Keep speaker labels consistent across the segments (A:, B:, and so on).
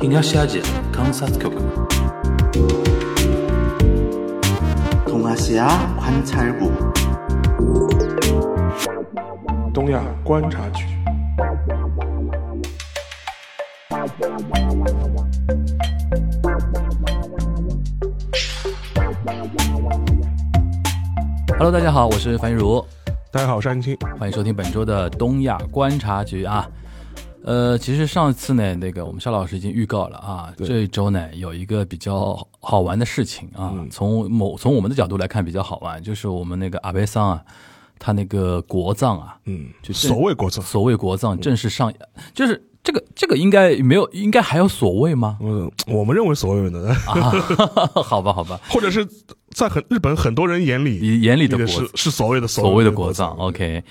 A: 東アジア観察局
B: 동아시아 관찰국
C: 东亚观察局。
D: Hello，大家好，我是樊玉茹，
C: 大家好，我是安青。
D: 欢迎收听本周的东亚观察局啊。呃，其实上次呢，那个我们邵老师已经预告了啊，
C: 对
D: 这一周呢有一个比较好玩的事情啊，从某从我们的角度来看比较好玩，就是我们那个阿贝桑啊，他那个国葬啊，
C: 嗯，
D: 就正
C: 所谓国策，
D: 所谓国葬正式上演，就是这个这个应该没有，应该还有所谓吗？
C: 嗯，我们认为所谓的，
D: 啊，好吧，好吧，
C: 或者是在很日本很多人眼里，
D: 你眼里
C: 这
D: 的
C: 个
D: 国
C: 是是所谓的
D: 所谓的
C: 国
D: 国
C: 葬
D: 葬。OK，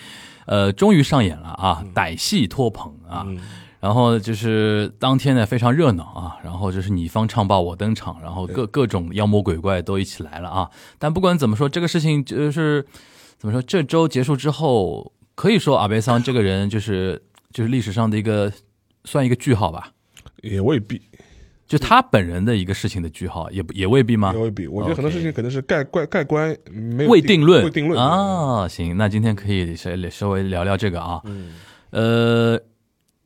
D: 呃，终于上演了啊，歹戏拖棚啊。然后就是当天呢非常热闹啊，然后就是你方唱罢我登场，然后各各种妖魔鬼怪都一起来了啊。但不管怎么说，这个事情就是怎么说，这周结束之后，可以说阿贝桑这个人就是就是历史上的一个算一个句号吧，
C: 也未必，
D: 就他本人的一个事情的句号，也不也未必吗？
C: 也未必。我觉得
D: 啊
C: 很
D: OK
C: 多事情可能是盖盖盖棺，没有
D: 未定论，
C: 未定论。
D: 啊。行，那今天可以稍稍微聊聊这个啊。
C: 嗯
D: 呃，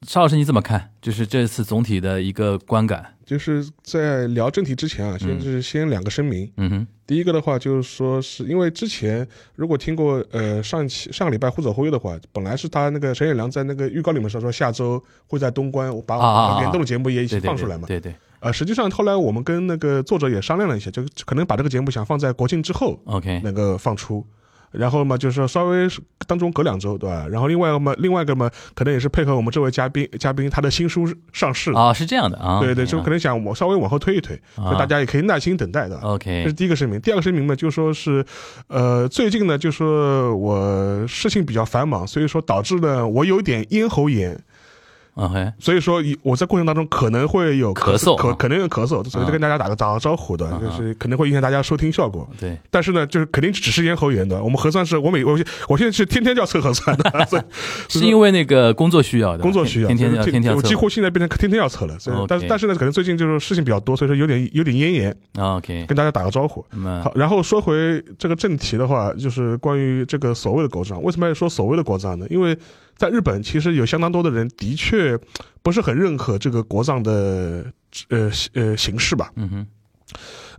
D: 邵老师你怎么看？就是这次总体的一个观感？
C: 就是在聊正题之前啊，先就是先两个声明。
D: 嗯哼，
C: 第一个的话，就是说是因为之前如果听过呃上一期上个礼拜忽左忽右的话，本来是他那个沈远良在那个预告里面说说下周会在东关我把
D: 啊啊
C: 我
D: 啊
C: 们联动的节目也一起
D: 对对
C: 放出来
D: 对
C: 嘛。
D: 对对
C: 呃，实际上后来我们跟那个作者也商量了一下，就就可能把这个节目想放在国庆之后
D: ，OK，
C: 那个放出。然后嘛，就是说稍微是当中隔两周，对吧？然后另外一个嘛，另外一个嘛，可能也是配合我们这位嘉宾，嘉宾他的新书上市，
D: 啊，是这样的啊，
C: 对对，
D: OK，
C: 就可能想我稍微往后推一推，
D: 啊
C: 所以大家也可以耐心等待，对吧？这是
D: OK，
C: 第一个声明。第二个声明呢，就说是，呃，最近呢，就说我事情比较繁忙，所以说导致呢我有点咽喉炎，
D: 嗯嘿，
C: 所以说以我在过程当中可能会有
D: 咳嗽
C: 可
D: 啊
C: 可能有咳嗽，所以就跟大家打个打个招呼的，就是可能会影响大家收听效果。
D: 对，
C: 但是呢，就是肯定只是咽喉炎的。我们核酸是我每我我现在是天天就要测核酸 的，所以
D: 是因为那个工作需要的，
C: 工作需要，
D: 天天
C: 就是
D: 要
C: 这
D: 天天要
C: 我
D: 测
C: 几乎现在变成天天要测了。所以
D: OK
C: 但是但是呢，可能最近就是事情比较多，所以说有点有点咽炎，
D: 啊 OK，
C: 跟大家打个招呼。
D: 那么
C: 好，然后说回这个正题的话，就是关于这个所谓的国葬，为什么要说所谓的国葬呢？因为在日本，其实有相当多的人的确不是很认可这个国葬的呃呃形式吧。
D: 嗯哼，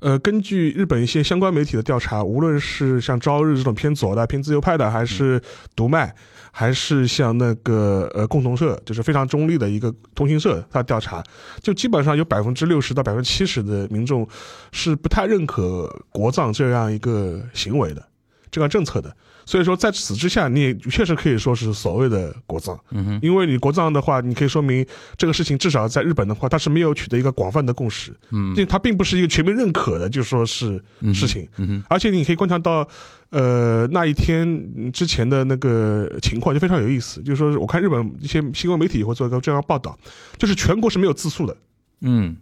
C: 呃，根据日本一些相关媒体的调查，无论是像朝日这种偏左的、偏自由派的，还是独卖，还是像那个呃共同社，就是非常中立的一个通讯社，它调查，就基本上有百分之六十到百分之七十的民众是不太认可国葬这样一个行为的，这个政策的。所以说，在此之下，你也确实可以说是所谓的国葬，
D: 嗯哼，
C: 因为你国葬的话，你可以说明这个事情至少在日本的话，它是没有取得一个广泛的共识。
D: 嗯
C: 这它并不是一个全民认可的，就说是
D: 嗯哼
C: 事情。
D: 嗯哼，
C: 而且你可以观察到，呃，那一天嗯之前的那个情况就非常有意思，就是说，我看日本一些新闻媒体也会做一个这样的报道，就是全国是没有自述的。
D: 嗯，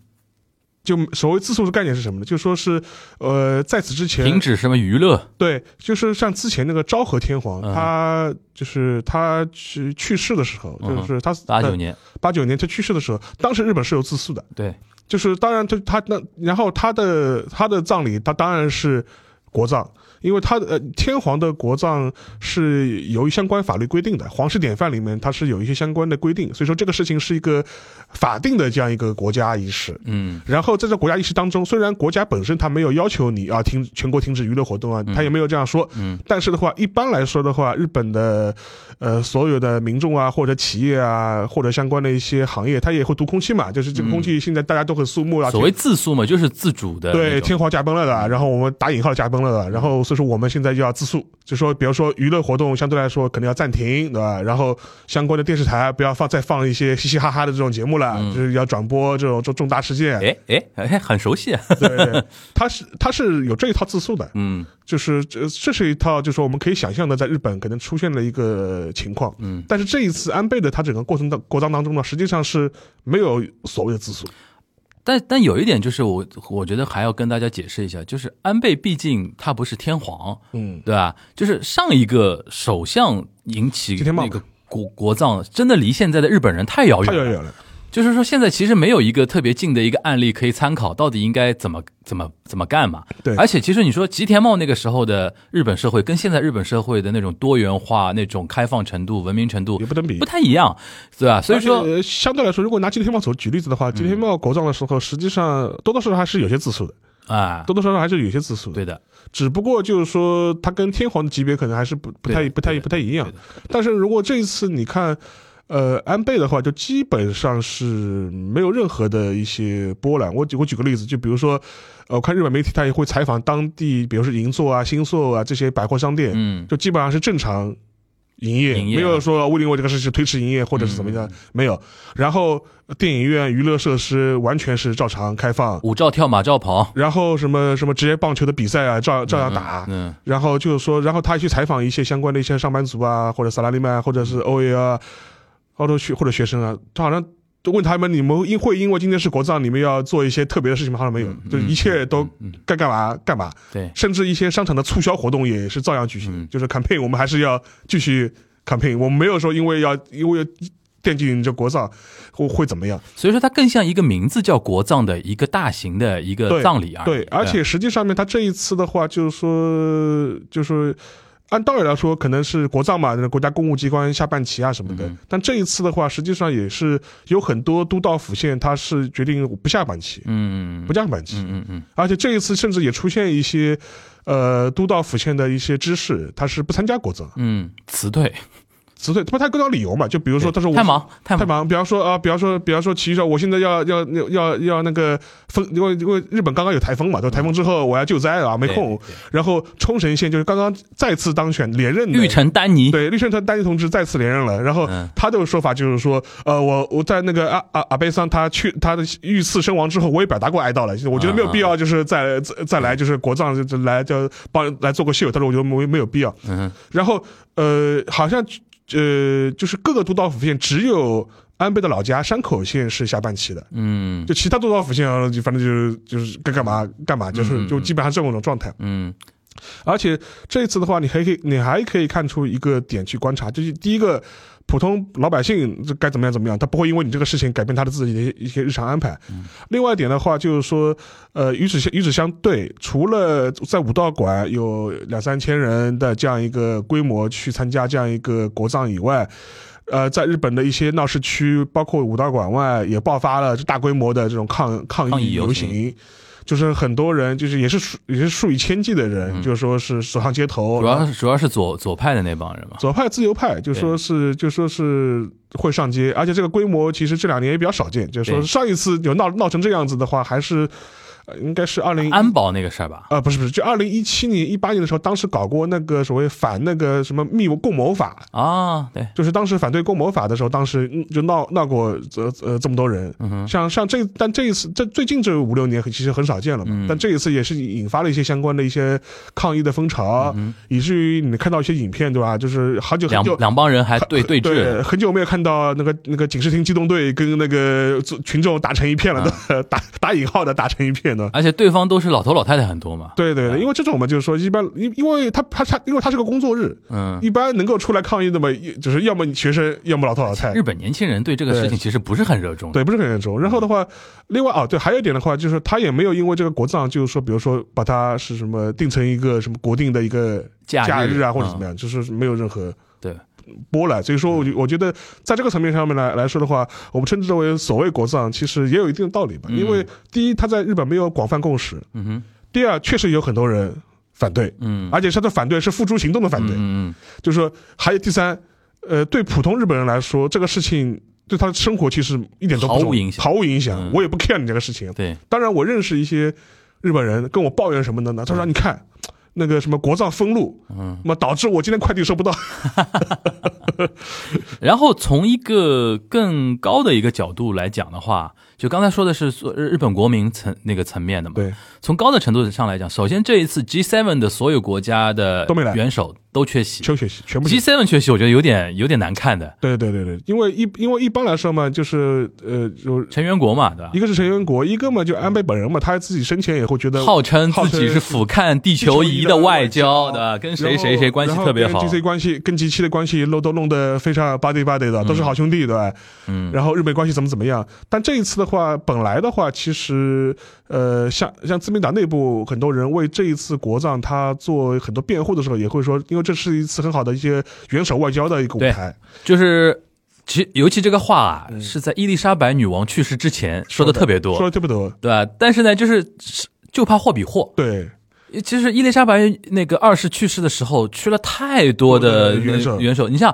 C: 就所谓自述的概念是什么呢？就说是，呃，在此之前
D: 停，止什么娱乐？
C: 对，就是像之前那个昭和天皇，
D: 嗯
C: 他就是他去去世的时候，
D: 嗯
C: 就
D: 哼
C: 是他
D: 八九年，
C: 八九年他去世的时候，当时日本是有自述的，
D: 对，
C: 就是当然就他那，然后他的他的葬礼，他当然是国葬，因为他的呃天皇的国葬是由于相关法律规定的，皇室典范里面它是有一些相关的规定，所以说这个事情是一个法定的这样一个国家仪式。
D: 嗯
C: 然后在这国家仪式当中，虽然国家本身它没有要求你啊停全国停止娱乐活动啊，它也没有这样说，
D: 嗯
C: 但是的话，一般来说的话，日本的呃所有的民众啊，或者企业啊，或者相关的一些行业，它也会读空气嘛，就是这个空气现在大家都很肃穆啊。
D: 嗯所谓自诉嘛，就是自主的那
C: 对，
D: 种，
C: 天皇驾崩了的，然后我们打引号驾崩
D: 嗯
C: 了的，然后所以说我们现在就要自述，就说比如说娱乐活动相对来说可能要暂停，对吧？然后相关的电视台不要放再放一些嘻嘻哈哈的这种节目
D: 嗯
C: 了，就是要转播这种重重大事件。
D: 哎哎哎，很熟悉啊，
C: 对对，对 它是它是有这一套自述的，
D: 嗯。
C: 就是这这是一套，就是说我们可以想象的，在日本可能出现的一个情况。
D: 嗯，
C: 但是这一次安倍的他整个过程当国葬当中呢，实际上是没有所谓的自诉。
D: 但但有一点就是我我觉得还要跟大家解释一下，就是安倍毕竟他不是天皇，
C: 嗯，
D: 对吧？就是上一个首相引起
C: 吉田茂
D: 那个国国葬，真的离现在的日本人太遥
C: 太
D: 远
C: 遥
D: 了。
C: 远了。
D: 就是说现在其实没有一个特别近的一个案例可以参考，到底应该怎么怎么怎么干嘛。
C: 对
D: 而且其实你说吉田茂那个时候的日本社会，跟现在日本社会的那种多元化、那种开放程度、文明程度
C: 也不能比
D: 不。太一样，对吧？所以说
C: 而且，呃相对来说，如果拿吉田茂所举例子的话，吉田茂国葬的时候，实际上多多少少还是有些自述的，
D: 啊，
C: 多多少少还是有些自述的。
D: 对的，
C: 只不过就是说，它跟天皇的级别可能还是不不太
D: 对的
C: 不太
D: 对的
C: 不太一样
D: 对的。
C: 但是如果这一次你看，呃，安倍的话，就基本上是没有任何的一些波澜。我举我举个例子，就比如说，呃，我看日本媒体他也会采访当地，比如说银座啊、新宿啊这些百货商店，
D: 嗯，
C: 就基本上是正常营业，
D: 营业嗯
C: 没有说呃为了我这个事情推迟营业或者是怎么样，没有。然后电影院、娱乐设施完全是照常开放。
D: 舞照跳，马照跑，
C: 然后什么什么职业棒球的比赛啊，照照样打，
D: 嗯，
C: 然后就是说，然后他去采访一些相关的一些上班族啊，或者萨拉利曼啊，或者是 OL 啊，澳洲学或者学生啊，他好像都问他们，你们因会因为今天是国葬，你们要做一些特别的事情吗？好像没有，
D: 嗯
C: 就哎一切都该干嘛干嘛，
D: 对，
C: 甚至一些商场的促销活动也是照样举行，
D: 嗯
C: 就是 campaign，我们还是要继续 campaign，我们没有说因为要因为惦记你这国葬会会怎么样。
D: 所以说它更像一个名字叫国葬的一个大型的一个
C: 对
D: 葬礼啊，
C: 对，而且实际上面他这一次的话，就是说，就是按道理来说，可能是国葬嘛，那国家公务机关下半旗啊什么的。
D: 嗯
C: 但这一次的话，实际上也是有很多都道府县，它是决定不下半旗，
D: 嗯，
C: 不
D: 嗯
C: 降半旗。
D: 嗯嗯
C: 而且这一次甚至也出现一些，呃，都道府县的一些知事，他是不参加国葬，
D: 嗯，辞退，
C: 辞退，不太各种理由嘛。就比如说，他说我
D: 太忙太
C: 太
D: 忙，
C: 忙，比方说啊，比方说，比方说，骑手，我现在要要要要要那个风，因为因为日本刚刚有台风嘛，就台风之后我要救灾啊，没空。然后冲绳县就是刚刚再次当选连任的
D: 玉成丹尼，
C: 对绿城团丹尼同志再次连任了。然后
D: 嗯
C: 他的说法就是说，呃，我我在那个阿阿阿贝桑他去他的遇刺身亡之后，我也表达过哀悼了。我觉得没有必
D: 啊
C: 要，就是再再再来就是国葬就就来就帮来做个秀。他说我觉得没没有必要。
D: 嗯，
C: 然后呃，好像呃，就是各个都道府县只有安倍的老家山口县是下半旗的，
D: 嗯
C: 就其他都道府县啊就反正就是就是该干嘛干嘛，就是就基本上这种状态。
D: 嗯
C: 而且这一次的话，你还可以你还可以看出一个点去观察，就是第一个。普通老百姓这该怎么样怎么样，他不会因为你这个事情改变他的自己的一些一些日常安排。
D: 嗯
C: 另外一点的话，就是说，呃，与此相与此相对，除了在武道馆有两三千人的这样一个规模去参加这样一个国葬以外，呃，在日本的一些闹市区，包括武道馆外，也爆发了大规模的这种抗抗
D: 抗
C: 议
D: 议游
C: 游
D: 行
C: 行。就是很多人，就是也是数也是数以千计的人，就是说是走上街头，
D: 嗯主
C: 然后
D: 要是主要是左左派的那帮人嘛，
C: 左派、自由派，就
D: 对
C: 说是就说是会上街，而且这个规模其实这两年也比较少见。就是说
D: 对
C: 上一次有闹闹成这样子的话，还是、呃应该是二零
D: 安保那个事儿吧，
C: 啊，不是不是，就二零一七年、一八年的时候，当时搞过那个所谓反那个什么密共谋法，
D: 啊，对，
C: 就是当时反对共谋法的时候，当时嗯就闹闹过呃呃这么多人，
D: 嗯
C: 像像这但这一次这最近这五六年其实很少见了嘛，
D: 嗯
C: 但这一次也是引发了一些相关的一些抗议的风潮，以至于你看到一些影片对吧？就是好久很
D: 嗯两
C: 久
D: 两帮人还对对峙，
C: 对，很久没有看到那个那个警视厅机动队跟那个群众打成一片了的，
D: 嗯
C: 打打引号的打成一片的。
D: 而且对方都是老头老太太很多嘛，
C: 对对对，因为这种嘛，就是说一般，因因为他他他，因为他是个工作日，
D: 嗯。
C: 一般能够出来抗议的嘛，一就是要么你学生，要么老头老太
D: 日。本年轻人对这个事情其实不是很热衷，
C: 哎对，不是很严重。然后的话，另外哦，对，还有一点的话，就是他也没有因为这个国葬，就是说，比如说把它是什么定成一个什么国定的一个
D: 假日
C: 日啊，或者
D: 嗯
C: 怎么样，就是没有任何
D: 对
C: 波澜。所以说，我觉我觉得在这个层面上面来来说的话，我们称之为所谓国葬，其实也有一定的道理吧。因为第一，它在日本没有广泛共识；
D: 嗯哼，
C: 第二，确实有很多人反对，
D: 嗯
C: 而且他的反对是付诸行动的反对。
D: 嗯嗯
C: 就是说，还有第三，呃，对普通日本人来说，这个事情。对他的生活其实一点都不
D: 毫无
C: 重
D: 影响
C: 毫无影响。
D: 嗯
C: 我也不 care 你这个事情
D: 嗯，。对，
C: 当然，我认识一些日本人跟我抱怨什么的呢？他说：“你看，那个什么国葬封路，
D: 嗯，
C: 那么导致我今天快递收不到。
D: 然后从一个更高的一个角度来讲的话，就刚才说的是所日日本国民层那个层面的嘛。
C: 对，
D: 从高的程度上来讲，首先这一次 G7 的所有国家的
C: 都没来
D: 元首都缺席。
C: 全缺席，全部缺
D: G
C: 席。
D: seven 缺席，我觉得有点有点难看的。
C: 对对对对对，因为一因为一般来说嘛，就是呃，就
D: 成员国嘛，对吧
C: 一？个是成员国，一个嘛就安倍本人嘛，他自己生前也会觉得
D: 号称
C: 号
D: 自己是俯瞰地球仪的外交，对吧？跟谁谁谁关系特别好
C: ，G C 关系跟 G 七的关系弄都弄得非常 buddy buddy 的，都是好兄弟，对吧？
D: 嗯，
C: 然后日美关系怎么怎么样？但这一次的话，本来的话，其实呃，像像自民党内部很多人为这一次国葬他做很多辩护的时候，也会说，因为这是一次很好的一些元首外交的一个舞
D: 对
C: 台，
D: 就是。其尤其这个话啊，是在伊丽莎白女王去世之前说的特别
C: 嗯说的
D: 多，
C: 对不对？
D: 对吧？但是呢，就是就怕货比货。
C: 对，
D: 其实伊丽莎白那个二世去世的时候，去了太多的
C: 对元首
D: 元首。你像，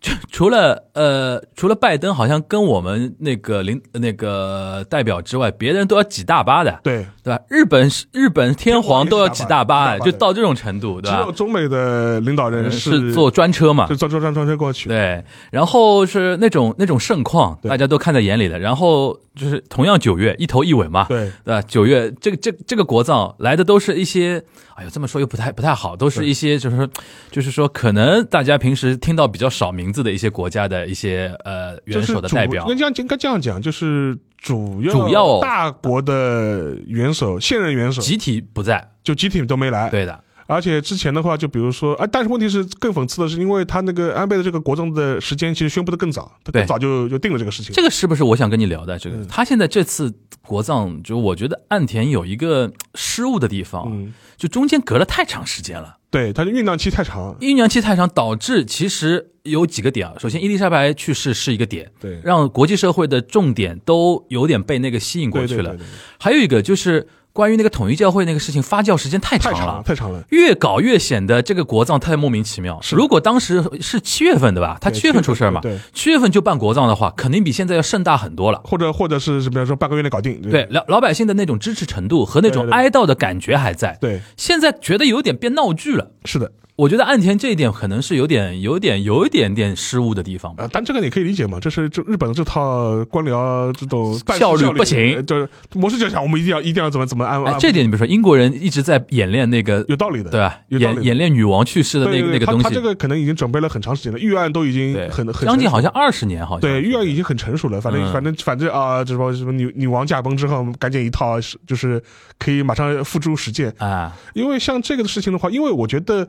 D: 就除了呃，除了拜登，好像跟我们那个领那个代表之外，别人都要挤大巴的。
C: 对，
D: 对吧？日本是日本天皇都要挤大巴，
C: 天皇也是大巴
D: 就到这种程度，
C: 只
D: 对吧
C: 有？中美的领导人
D: 是坐专车嘛
C: 就？专专专专车过去，
D: 对，然后是那种那种盛况，
C: 对
D: 大家都看在眼里的。然后就是同样九月一头一尾嘛，
C: 对
D: 对吧？呃九月这个这这个国葬来的都是一些，哎呦这么说又不太不太好，都是一些就是说就是说可能大家平时听到比较少名字的一些国家的一些呃元首的代表
C: 就是主、应该这样应该这样讲，就是主要
D: 主要
C: 大国的元首、现任元首哎
D: 集体不在，
C: 就集体都没来。，
D: 对的，
C: 而且之前的话，就比如说，啊，但是问题是更讽刺的是，因为他那个安倍的这个国政的时间其实宣布的更早，他
D: 对
C: 更早就就定了这个事情。
D: 这个是不是我想跟你聊的？这个
C: 嗯
D: 他现在这次国葬，就我觉得岸田有一个失误的地方，
C: 嗯，
D: 就中间隔了太长时间了，
C: 对，他的酝酿期太长。
D: 酝酿期太长，导致其实有几个点啊。首先，伊丽莎白去世是一个点，
C: 对，
D: 让国际社会的重点都有点被那个吸引过
C: 对
D: 去
C: 对
D: 了
C: 对。对对
D: 还有一个就是关于那个统一教会那个事情发酵时间太
C: 太
D: 长
C: 长了，
D: 了。
C: 太长了。
D: 越搞越显得这个国葬太莫名其妙。
C: 是
D: 如果当时是七月份对吧？他
C: 对
D: 七月份出事儿嘛
C: 对对对，
D: 七月份就办国葬的话，肯定比现在要盛大很多了。
C: 或者或者是什么，说半个月内搞定。
D: 对老老百姓的那种支持程度和那种
C: 对对对
D: 哀悼的感觉还在。
C: 对，
D: 现在觉得有点变闹剧了。
C: 是的。
D: 我觉得岸田这一点可能是有点、有点、有一点点失误的地方吧。
C: 啊，但这个你可以理解嘛，这是这日本这套官僚这种办事
D: 效率
C: 率
D: 不行
C: 呃就是模式就想我们一定要一定要怎么怎么安
D: 哎
C: 安，，
D: 这点你比如说，英国人一直在演练那个，
C: 有道理的，
D: 对吧？
C: 有道理
D: 演演练女王去世的那
C: 对
D: 个
C: 对对
D: 那个
C: 他
D: 东
C: 他这
D: 西，
C: 个可能已经准备了很长时间了，预案都已经
D: 对，
C: 很很
D: 将
C: 成
D: 近
C: 熟
D: 好像二十年，好像
C: 对预案已经很成熟了，反正、
D: 嗯
C: 反正反正啊，这什么什么女女王驾崩之后，赶紧一套是就是可以马上付诸实践，
D: 啊，
C: 因为像这个事情的话，因为我觉得，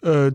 C: 呃，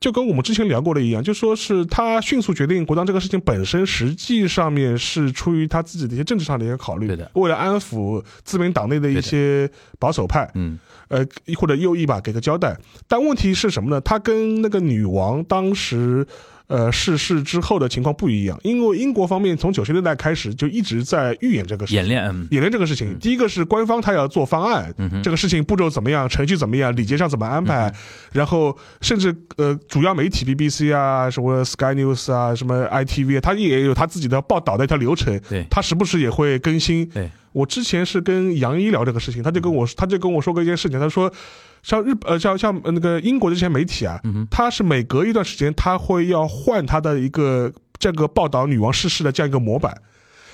C: 就跟我们之前聊过的一样，就说是他迅速决定国葬这个事情本身，实际上面是出于他自己的一些政治上的一些考虑，
D: 对的
C: 为了安抚自民党内的一些保守派，
D: 嗯，
C: 呃，或者右翼吧，给个交代。但问题是什么呢？他跟那个女王当时。呃，逝世之后的情况不一样，因为英国方面从九十年代开始就一直在预演这个事情。
D: 演练，嗯
C: 演练这个事情，第一个是官方他要做方案，这个事情步骤怎么样，程序怎么样，礼节上怎么安排，
D: 嗯
C: 然后甚至呃主要媒体 BBC 啊，什么 Sky News 啊，什么 ITV，啊他也有他自己的报道的一条流程，
D: 对
C: 他时不时也会更新。
D: 对，嗯
C: 我之前是跟杨一聊这个事情，他就跟我他就跟我说过一件事情，他说。像日呃像像呃那个英国的这些媒体啊，
D: 嗯
C: 他是每隔一段时间他会要换他的一个这个报道女王逝世的这样一个模板，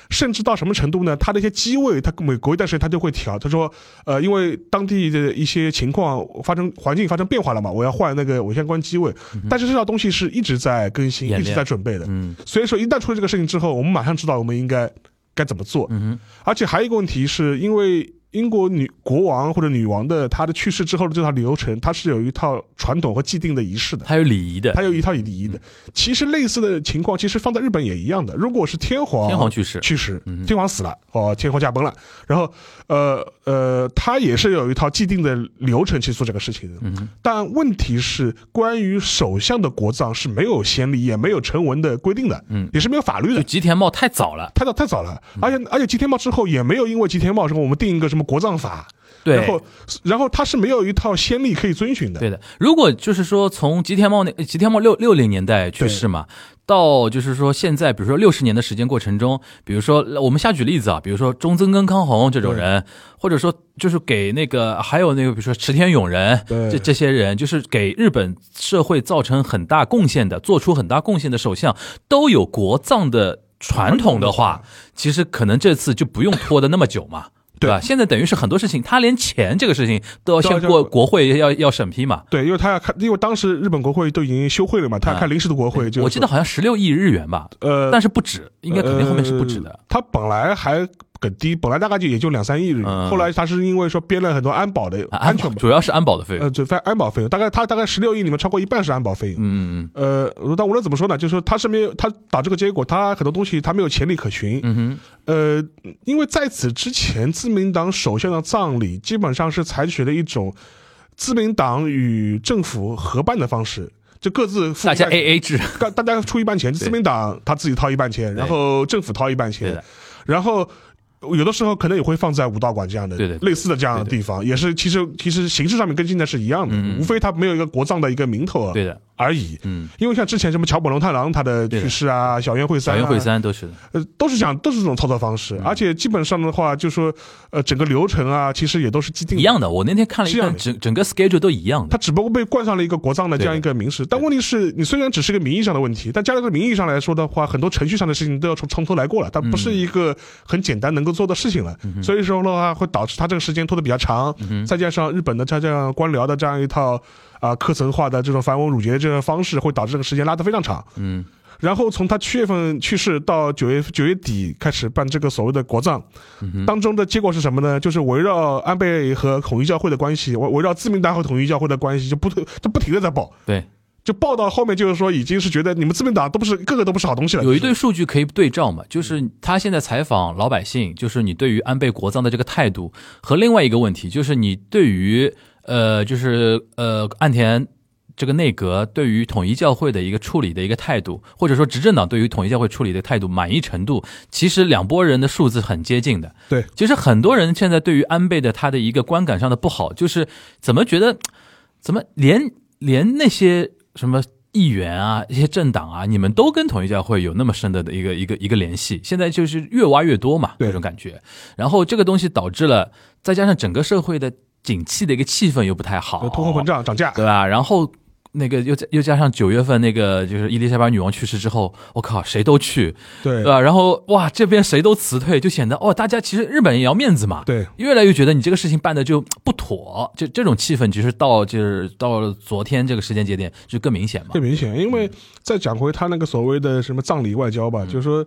C: 甚至到什么程度呢？他的一些机位，他每隔一段时间他就会调。他说，呃，因为当地的一些情况发生环境发生变化了嘛，我要换那个我相关机位。但是这套东西是一直在更新，
D: 嗯演
C: 一
D: 练
C: 直在准备的。
D: 嗯
C: 所以说，一旦出了这个事情之后，我们马上知道我们应该该怎么做。
D: 嗯
C: 而且还有一个问题是，因为英国女国王或者女王的她的去世之后的这套流程，它是有一套传统和既定的仪式的
D: 哼，。还有礼仪的，
C: 它有一套礼仪
D: 嗯
C: 的，其实类似的情况，其实放在日本也一样的。如果是天皇，
D: 天皇去世，
C: 去世，天皇死了，哦，天皇驾崩了，然后，呃呃，他也是有一套既定的流程去做这个事情的。
D: 嗯
C: 但问题是，关于首相的国葬是没有先例，也没有成文的规定的，
D: 嗯
C: 也是没有法律
D: 就
C: 的。
D: 吉田茂太早了，
C: 太早太早了，
D: 嗯
C: 而且而且吉田茂之后也没有因为吉田茂说我们定一个什么国葬法，然
D: 对
C: 后然后他是没有一套先例可以遵循的。
D: 对的。如果就是说从吉田茂那吉田茂六六零年代去世嘛，到就是说现在，比如说六十年的时间过程中，比如说我们瞎举例子啊，比如说中曾根康弘这种人，或者说就是给那个还有那个比如说池田勇人，
C: 对
D: 这这些人就是给日本社会造成很大贡献的，做出很大贡献的首相，都有国葬的传统的话，其实可能这次就不用拖的那么久嘛。对吧？现在等于是很多事情，他连钱这个事情都要先
C: 都要
D: 过
C: 先
D: 国会要要审批嘛。
C: 对，因为他要看，因为当时日本国会都已经休会了嘛，他要看临时的国会就，
D: 啊我记得好像十六亿日元吧，
C: 呃，
D: 但是不止，应该肯定后面是不止
C: 呃
D: 的。
C: 他本来还很低，本来大概就也就两三亿日元，
D: 嗯
C: 后来他是因为说编了很多安保的呃
D: 啊
C: 安全保，
D: 主要是安保的费用。
C: 呃，就安保费用，大概他大概十六亿里面超过一半是安保费用。
D: 嗯嗯
C: 呃，但无论怎么说呢，就是说他是没有他打这个结果，他很多东西他没有前例可循。
D: 嗯哼，
C: 呃，因为在此之前，自民党首相的葬礼基本上是采取了一种自民党与政府合办的方式，就各自付
D: 大家
C: 一半
D: A A 制，
C: 大大家出一半钱，自民党他自己掏一半钱，然后政府掏一半
D: 对
C: 钱
D: 的，
C: 然后。有的时候可能也会放在武道馆这样的
D: 对的
C: 类似的这样的地方，也是其实其实形式上面跟现在是一样的，无非它没有一个国葬的一个名头啊
D: 嗯对的，
C: 而已。
D: 嗯，
C: 因为像之前什么桥本龙太郎他的
D: 对的
C: 去世啊，小渊惠三、
D: 小
C: 啊、
D: 元会三嗯都是的。
C: 呃，都是这样，都是这种操作方式，而且基本上的话，就说呃，整个流程啊，其实也都是既定
D: 一
C: 的。
D: 样的。我那天看了一
C: 是一样
D: 看，
C: 的
D: 整整个 schedule 都一样的。
C: 它只不过被冠上了一个国葬的这样一个名词，但问题是你虽然只是个名义上的问题，但加到这个名义上来说的话，很多程序上的事情都要从从头来过了，它不是一个很简单能够做的事情了。
D: 嗯
C: 所以说的话，会导致它这个时间拖得比较长，再加上日本的它这样官僚的这样一套啊、课程化的这种繁文缛节的这种方式，会导致这个时间拉得非常长。
D: 嗯，
C: 然后从他七月份去世到九月九月底开始办这个所谓的国葬，
D: 嗯
C: 当中的结果是什么呢？就是围绕安倍和统一教会的关系，围围绕自民党和统一教会的关系，就不就不停的在报，
D: 对，
C: 就报到后面就是说已经是觉得你们自民党都不是个个都不是好东西了。
D: 有一对数据可以对照嘛，就是他现在采访老百姓，就是你对于安倍国葬的这个态度，和另外一个问题就是你对于呃，就是呃岸田。这个内阁对于统一教会的一个处理的一个态度，或者说执政党对于统一教会处理的态度满意程度，其实两拨人的数字很接近的。
C: 对，
D: 其实很多人现在对于安倍的他的一个观感上的不好，就是怎么觉得，怎么连连那些什么议员啊、一些政党啊，你们都跟统一教会有那么深的一个一个一个联系，现在就是越挖越多嘛，
C: 对
D: 这种感觉。然后这个东西导致了，再加上整个社会的景气的一个气氛又不太好，
C: 通货膨胀涨价，
D: 对吧？然后那个又加又加上九月份那个就是伊丽莎白女王去世之后，我靠，谁都去，
C: 对
D: 对吧？然后哇，这边谁都辞退，就显得哦，大家其实日本也要面子嘛，
C: 对
D: 越来越觉得你这个事情办的就不妥，就这种气氛其实到就是到了昨天这个时间节点就更明显嘛
C: 最。明显，因为再讲回他那个所谓的什么葬礼外交
D: 嗯
C: 吧，就是说。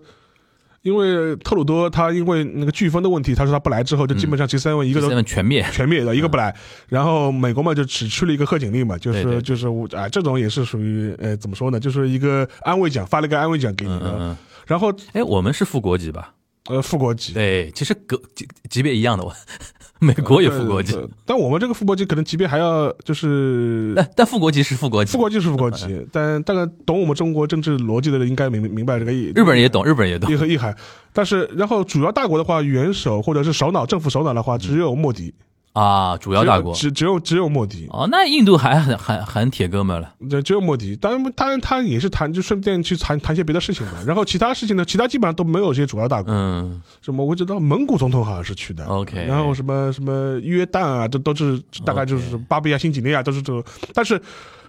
C: 因为特鲁多他因为那个飓风的问题，他说他不来之后，就基本
D: 嗯
C: 上 G 三问一个
D: 现
C: 都
D: 在全灭，
C: 全灭的，一个不来。然后美国嘛，就只去了一个贺锦丽嘛，就是
D: 对对
C: 就是我啊、这种也是属于呃怎么说呢，就是一个安慰奖，发了一个安慰奖给你
D: 嗯
C: 的。
D: 嗯嗯。
C: 然后
D: 哎，我们是副国级吧？
C: 呃副国级，
D: 对，其实格级级别一样的，我 美国也副国级，
C: 呃但我们这个副国级可能级别还要就是。
D: 但但副国级是副国级
C: 副，国级是副国
D: 嗯
C: 级，但大概懂我们中国政治逻辑的人应该明明白这个意。
D: 日本人也懂，日本人也懂
C: 意。和意涵，但是然后主要大国的话，元首或者是首脑政府首脑的话，只有莫迪，
D: 啊，主要
C: 只有
D: 大国。
C: 只只有只有莫迪，
D: 哦，那印度还很很很铁哥们了。
C: 对，只有莫迪，当然，当然他也是谈，就顺便去谈谈些别的事情嘛。然后其他事情呢，其他基本上都没有这些主要大国。
D: 嗯，
C: 什么我知道蒙古总统好像是去的
D: OK
C: 然后什么什么约旦啊，这都是大概就是巴布亚新几内亚都是这种，但是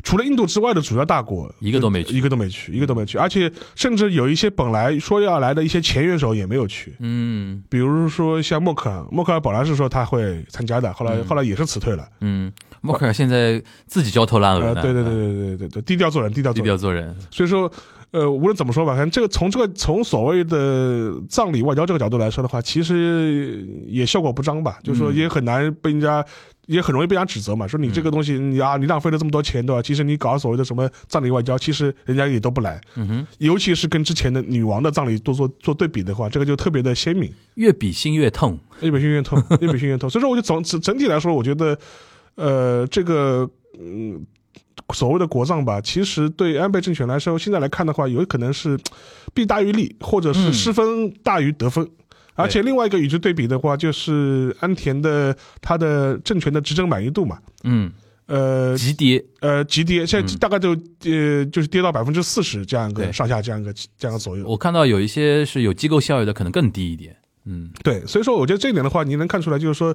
C: 除了印度之外的主要大国
D: 一个都没去
C: 一个都没去，一个都没去，而且甚至有一些本来说要来的一些前元首也没有去。
D: 嗯
C: 比如说像默克尔，默克尔本来是说他会参加的，后来、后来也是辞退了。
D: 嗯，默克尔现在自己焦头烂额
C: 呃，
D: 呢。
C: 对对对
D: 嗯，
C: 对对对对，低调做人，低调
D: 低
C: 做人。
D: 调做人。
C: 所以说，呃，无论怎么说吧，反正这个从这个从所谓的葬礼外交这个角度来说的话，其实也效果不彰吧，就是说也很难被人家。也很容易被人家指责嘛，说你这个东西，你啊，你浪费了这么多钱，对吧？其实你搞所谓的什么葬礼外交，其实人家也都不来，
D: 嗯哼，
C: 尤其是跟之前的女王的葬礼做做做对比的话，这个就特别的鲜明。
D: 越比心越痛。
C: 日本训练头，日本训练头。所以说，我就总整整体来说，我觉得，呃，这个嗯，所谓的国葬吧，其实对安倍政权来说，现在来看的话，有可能是弊大于利，或者是
D: 嗯
C: 失分大于得分。而且另外一个与之对比的话，就是安田的他的政权的执政满意度嘛，
D: 嗯，
C: 呃
D: 急跌。
C: 呃，急跌，现在
D: 嗯
C: 大概就、呃就是跌到百分之四十这样一个
D: 对
C: 上下这样一个这样左右。
D: 我看到有一些是有机构效益的，可能更低一点。嗯，
C: 对，所以说我觉得这一点的话，你能看出来，就是说，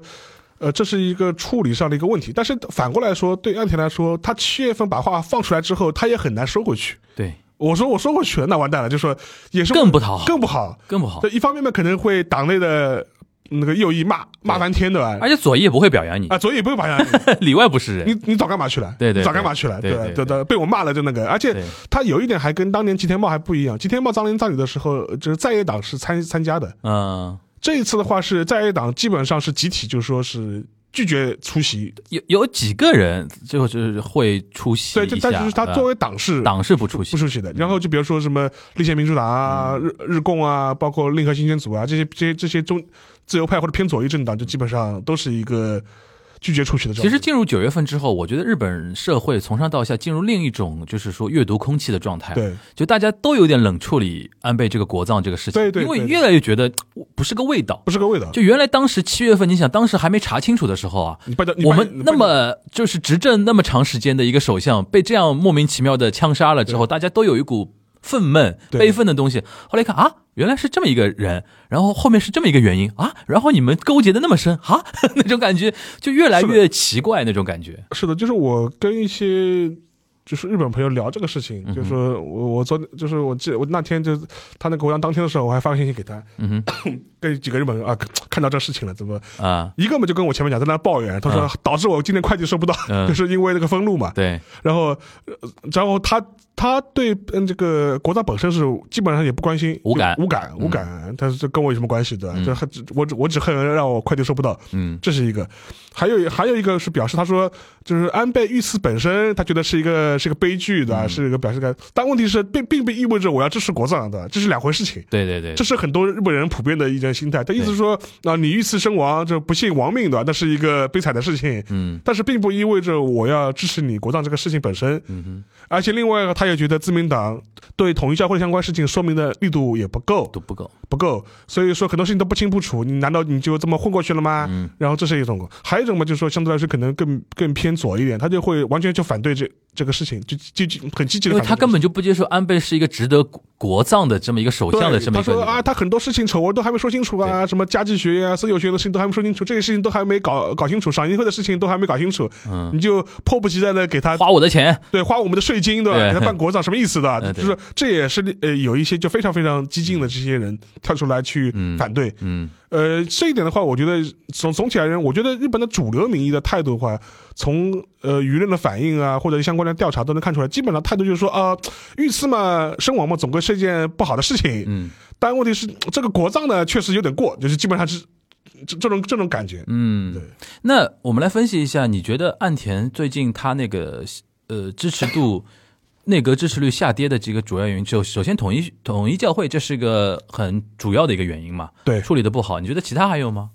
C: 呃，这是一个处理上的一个问题。但是反过来说，对岸田来说，他七月份把话放出来之后，他也很难收回去。
D: 对，
C: 我说我收回去了，那完蛋了，就说也是
D: 更不讨好，
C: 更不好。
D: 更不好
C: 这。一方面呢，可能会党内的那个右翼骂骂翻天的吧？
D: 而且左翼也不会表扬你，
C: 啊，所以不会 把人家
D: 里外不是人。
C: 你你早干嘛去了？
D: 对对
C: 你早
D: 对
C: 干嘛去了？
D: 对对
C: 对
D: 对
C: 对，被我骂了就那个。而且
D: 对
C: 他有一点还跟当年吉田茂还不一样，吉田茂当年参与的时候，就是在野党是参参加的，
D: 嗯，
C: 这一次的话是在野党基本上是集体就说是拒绝出席，
D: 有有几个人最后就是会出席
C: 对，
D: 一
C: 这
D: 下，
C: 但就是他
D: 对吧
C: 作为党是
D: 党是不出席
C: 不，出席的。然后就比如说什么立宪民主党啊、
D: 嗯
C: 日日共啊，包括令和新选组啊，这些这些这些中自由派或者偏左翼政党，就基本上都是一个拒绝出席的状态。
D: 其实进入九月份之后，我觉得日本社会从上到下进入另一种就是说阅读空气的状态，，
C: 对
D: 就大家都有点冷处理安倍这个国葬这个事情，
C: 对对
D: 因为
C: 对
D: 越来越觉得呃不是个味道。
C: 不是个味道，
D: 就原来当时七月份，你想当时还没查清楚的时候啊，
C: 你不要你不
D: 我
C: 要
D: 们
C: 你不
D: 那
C: 要
D: 么就是执政那么长时间的一个首相，被这样莫名其妙的枪杀了之后，大家都有一股愤懑、
C: 对
D: 悲愤的东西。后来一看啊，原来是这么一个人，然后后面是这么一个原因啊，然后你们勾结的那么深啊， 那种感觉就越来
C: 是的
D: 越奇怪，那种感觉。
C: 是的，就是我跟一些就是日本朋友聊这个事情，
D: 嗯哼
C: 就是说我我昨就是我记我那天就他那个国葬当天的时候，我还发个信息给他，
D: 嗯
C: 跟几个日本人啊看到这事情了，怎么
D: 哼啊，
C: 一个嘛就跟我前面讲在那抱怨，他说
D: 嗯
C: 导致我今年快递收不到，
D: 嗯
C: 就是因为那个封路嘛。
D: 对，
C: 然后呃然后他他对嗯这个国葬本身是基本上也不关心，
D: 无感嗯
C: 就无感无感，他是跟我有什么关系对吧？就恨我只我只恨让我快递收不到。
D: 嗯
C: 这是一个，还有还有一个是表示，他说就是安倍遇刺本身，他觉得是一个是个悲剧的，
D: 嗯
C: 是一个表示个，但问题是并并不意味着我要支持国葬的，这是两回事情。
D: 对对对
C: 这，是很多日本人普遍的一种心态，他意思是说啊，你遇刺身亡，这不幸亡命的，那是一个悲惨的事情，
D: 嗯
C: 但是并不意味着我要支持你国葬这个事情本身。
D: 嗯哼，
C: 而且另外一个，他也觉得自民党对统一教会相关事情说明的力度也不够，
D: 都不够。
C: 不够，所以说很多事情都不清不楚，你难道你就这么混过去了吗？
D: 嗯
C: 然后这是一种，还有一种嘛，就是说相对来说可能更更偏左一点，他就会完全就反对这这个事情，就积极很积极
D: 因
C: 的反对这个
D: 为
C: 事情。
D: 他根本就不接受安倍是一个值得国国葬的这么一个首
C: 对
D: 相的这么
C: 他
D: 一个
C: 说
D: 人，
C: 啊，他很多事情丑闻都还没说清楚啊，什么家计学啊、私有学的事情都还没说清楚，这些事情都还没搞搞清楚，赏樱会的事情都还没搞清楚，
D: 嗯
C: 你就迫不及待的给他
D: 花我的钱，
C: 对，花我们的税金，对吧？给
D: 对
C: 他办国葬，什么意思 的？
D: 嗯
C: 就
D: 对
C: 是这也是呃有一些就非常非常激进的这些人跳出来去
D: 嗯
C: 反对。
D: 嗯
C: 呃，这一点的话，我觉得总总体而言，我觉得日本的主流民意的态度的话，从呃舆论的反应啊，或者相关的调查都能看出来，基本上态度就是说啊、遇刺嘛，身亡嘛，总归是一件不好的事情。
D: 嗯
C: 但问题是，这个国葬呢，确实有点过，就是基本上是这这种这种感觉。对
D: 嗯。那我们来分析一下，你觉得岸田最近他那个呃支持度。 内阁支持率下跌的几个主要原因，就首先统一统一教会，这是一个很主要的一个原因嘛，
C: 对，
D: 处理的不好。你觉得其他还有吗？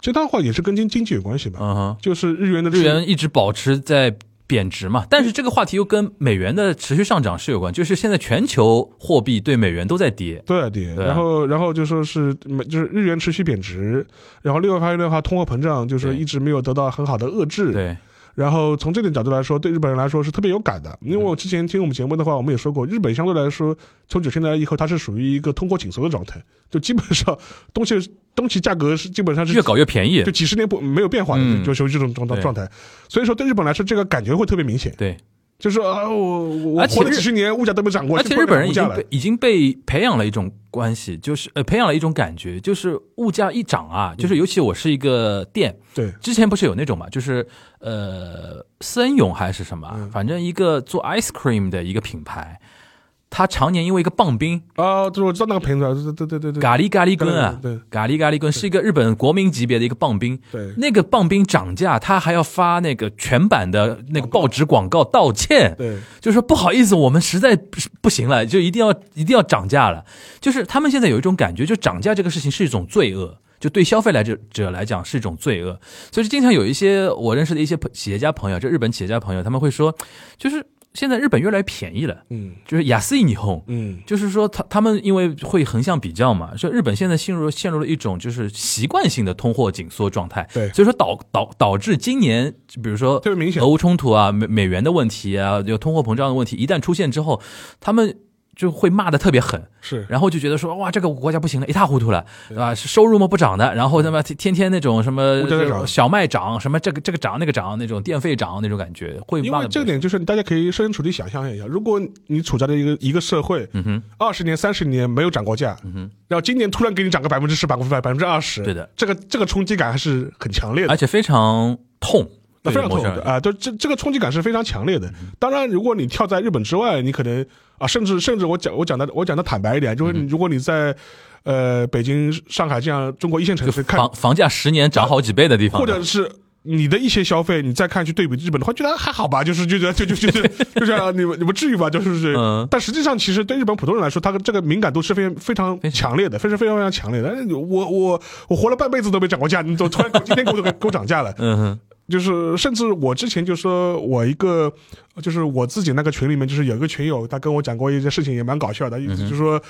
C: 其他的话也是跟经经济有关系吧，
D: 嗯哼，
C: 就是日元的
D: 日元一直保持在贬值嘛，
C: 嗯
D: 但是这个话题又跟美元的持续上涨是有关，就是现在全球货币对美元都在跌，
C: 对啊，跌。
D: 对啊
C: 然后，然后就说是美，就是日元持续贬值，然后另外发现的话，通货膨胀就是
D: 对
C: 一直没有得到很好的遏制。
D: 对，
C: 然后从这点角度来说，对日本人来说是特别有感的，
D: 嗯
C: 因为我之前听我们节目的话，我们也说过，日本相对来说从九十年代以后，它是属于一个通货紧缩的状态，就基本上东西东西价格是基本上是
D: 越搞越便宜
C: 就，几十年不没有变化的，
D: 嗯
C: 就属于这种状
D: 对
C: 状态。所以说对日本来说，这个感觉会特别明显，
D: 对，
C: 就是说啊，我我
D: 而
C: 我
D: 且
C: 活了
D: 日
C: 几十年，物价都没涨过，
D: 而且
C: 就突
D: 日
C: 然
D: 本人
C: 涨
D: 已
C: 物价了
D: 经被已经被培养了一种关系，就是呃培养了一种感觉，就是物价一涨啊，
C: 嗯
D: 就是尤其我是一个店，
C: 对
D: 之前不是有那种嘛，就是呃森永还是什么
C: 嗯
D: 啊，反正一个做 ice cream 的一个品牌，它常年因为一个棒冰
C: 啊，就是我知道那个瓶子，对对对对对，
D: 咖喱咖喱棍啊
C: 对对，
D: 咖喱咖喱棍是一个日本国民级别的一个棒冰，
C: 对
D: 那个棒冰涨价，它还要发那个全版的那个报纸广告道歉，
C: 对。
D: 就说不好意思，我们实在不是不行了，就一定要一定要涨价了。就是他们现在有一种感觉，就涨价这个事情是一种罪恶，就对消费来者者来讲是一种罪恶。所以经常有一些我认识的一些朋企业家朋友，就日本企业家朋友，他们会说，就是现在日本越来越便宜了，
C: 嗯
D: 就是雅思一霓虹。
C: 嗯，
D: 就是说他，他们因为会横向比较嘛，说日本现在陷入陷入了一种就是习惯性的通货紧缩状态，
C: 对
D: 所以说导导导致今年，就比如说
C: 特别明显
D: 俄乌冲突啊、美美元的问题啊、有通货膨胀的问题，一旦出现之后，他们就会骂的特别狠，
C: 是
D: 然后就觉得说哇，这个国家不行了，一塌糊涂了，对吧？收入嘛不涨的，然后他妈天天天那种什么
C: 物价在涨
D: 小麦涨，什么这个这个涨那个涨，那种电费涨那种感觉，会
C: 因
D: 骂
C: 为
D: 的。
C: 这点就是大家可以设身处地想象一下，如果你处在的一个一个社会，嗯
D: 哼，
C: 二十年、三十年没有涨过价，嗯哼，然后今年突然给你涨个百分之十、百分之百、百分之二十，
D: 对的，
C: 这个这个冲击感还是很强烈的
D: 而。且非常痛，
C: 那
D: 对
C: 非常
D: 某
C: 痛
D: 些人嗯
C: 的啊，就这这个冲击感是非常强烈的。当然，如果你跳在日本之外，你可能啊，甚至甚至我讲我讲的我讲的坦白一点，就是你
D: 嗯
C: 如果你在呃北京、上海这样中国一线城市看
D: 房，房价十年涨好几倍的地方
C: 或
D: 呢，
C: 者是你的一些消费，你再看去对比日本的话，觉得还好吧，就是就觉得就就就就就这样，你们你们至于吧，就是是
D: 嗯。
C: 但实际上，其实对日本普通人来说，他这个敏感度是非常非常
D: 非常
C: 强烈的，非常非常非常强烈的。哎我我我活了半辈子都没涨过价，你怎么突然给我今天给我给我涨价了？
D: 嗯哼，
C: 就是甚至我之前就说我一个，就是我自己那个群里面，就是有一个群友，他跟我讲过一些事情，也蛮搞笑的，
D: 嗯
C: 意思就是说，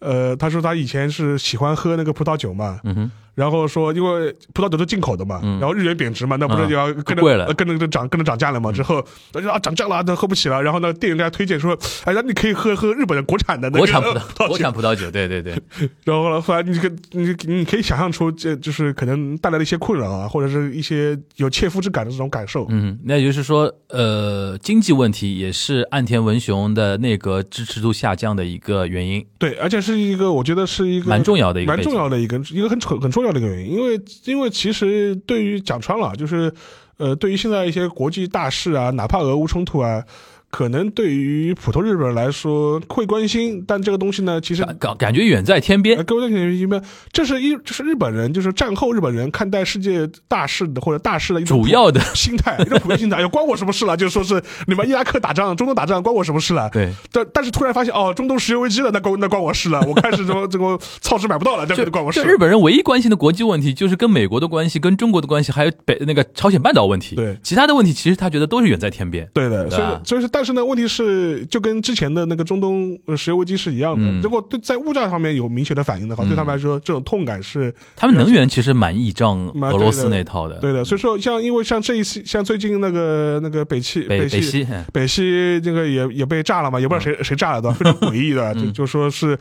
C: 呃，他说他以前是喜欢喝那个葡萄酒嘛，
D: 嗯哼
C: 然后说因为葡萄酒都进口的嘛，然后日元贬值嘛，那不是
D: 嗯
C: 也要跟着、
D: 贵了嗯
C: 呃跟着跟着涨跟着涨价了嘛，之后他就啊涨价了，那喝不起了，然后呢店员给他推荐说，哎，那你可以喝喝日本的国产的那个
D: 国产葡
C: 呃
D: 萄，国
C: 酒
D: 产葡萄酒，对对对，
C: 然后呢，后来你可你你可以想象出这就是可能带来的一些困扰啊，或者是一些有切肤之感的这种感受，
D: 嗯，那也就是说，呃，经济问题也是岸田文雄的内阁支持度下降的一个原因，
C: 对，而且是一个我觉得是一个
D: 蛮重要的一个
C: 蛮
D: 背景
C: 重要的一个一个很重很重要的一个原因，因为因为其实对于讲穿了，啊就是呃，对于现在一些国际大事啊，哪怕俄乌冲突啊，可能对于普通日本人来说会关心，但这个东西呢，其实。
D: 感感感觉远在天边
C: 呃，。各位同学们，这是一就是日本人，就是战后日本人看待世界大事的或者大事的一种
D: 主要的
C: 心态，一种普遍心态， 哎，关我什么事了？就是说是你们伊拉克打仗、中东打仗，关我什么事了？
D: 对，
C: 但但是突然发现哦，中东石油危机了，那关那关我事 了，我开始说这个草纸买不到了，这
D: 就
C: 个关我事
D: 就
C: 了。
D: 日本人唯一关心的国际问题，就是跟美国的关系、跟中国的关系，还有北那个朝鲜半岛问题。
C: 对
D: 其他的问题其实他觉得都是远在天边。
C: 对的，
D: 对
C: 所
D: 吧
C: 以所以是，但是呢，问题是就跟之前的那个中东呃石油危机是一样的。
D: 嗯
C: 如果对在物价方面有明显的反应的话，对他们来说，这种痛感是
D: 他们能源其实蛮倚仗
C: 蛮
D: 俄罗斯那套的。
C: 对的。所以说，像因为像这一次，像最近那个那个北汽
D: 北嗯
C: 汽
D: 西，嗯
C: 北西这个也也被炸了嘛，也不知道谁、谁炸了的， 非常诡异 的，
D: 嗯
C: 就就说是，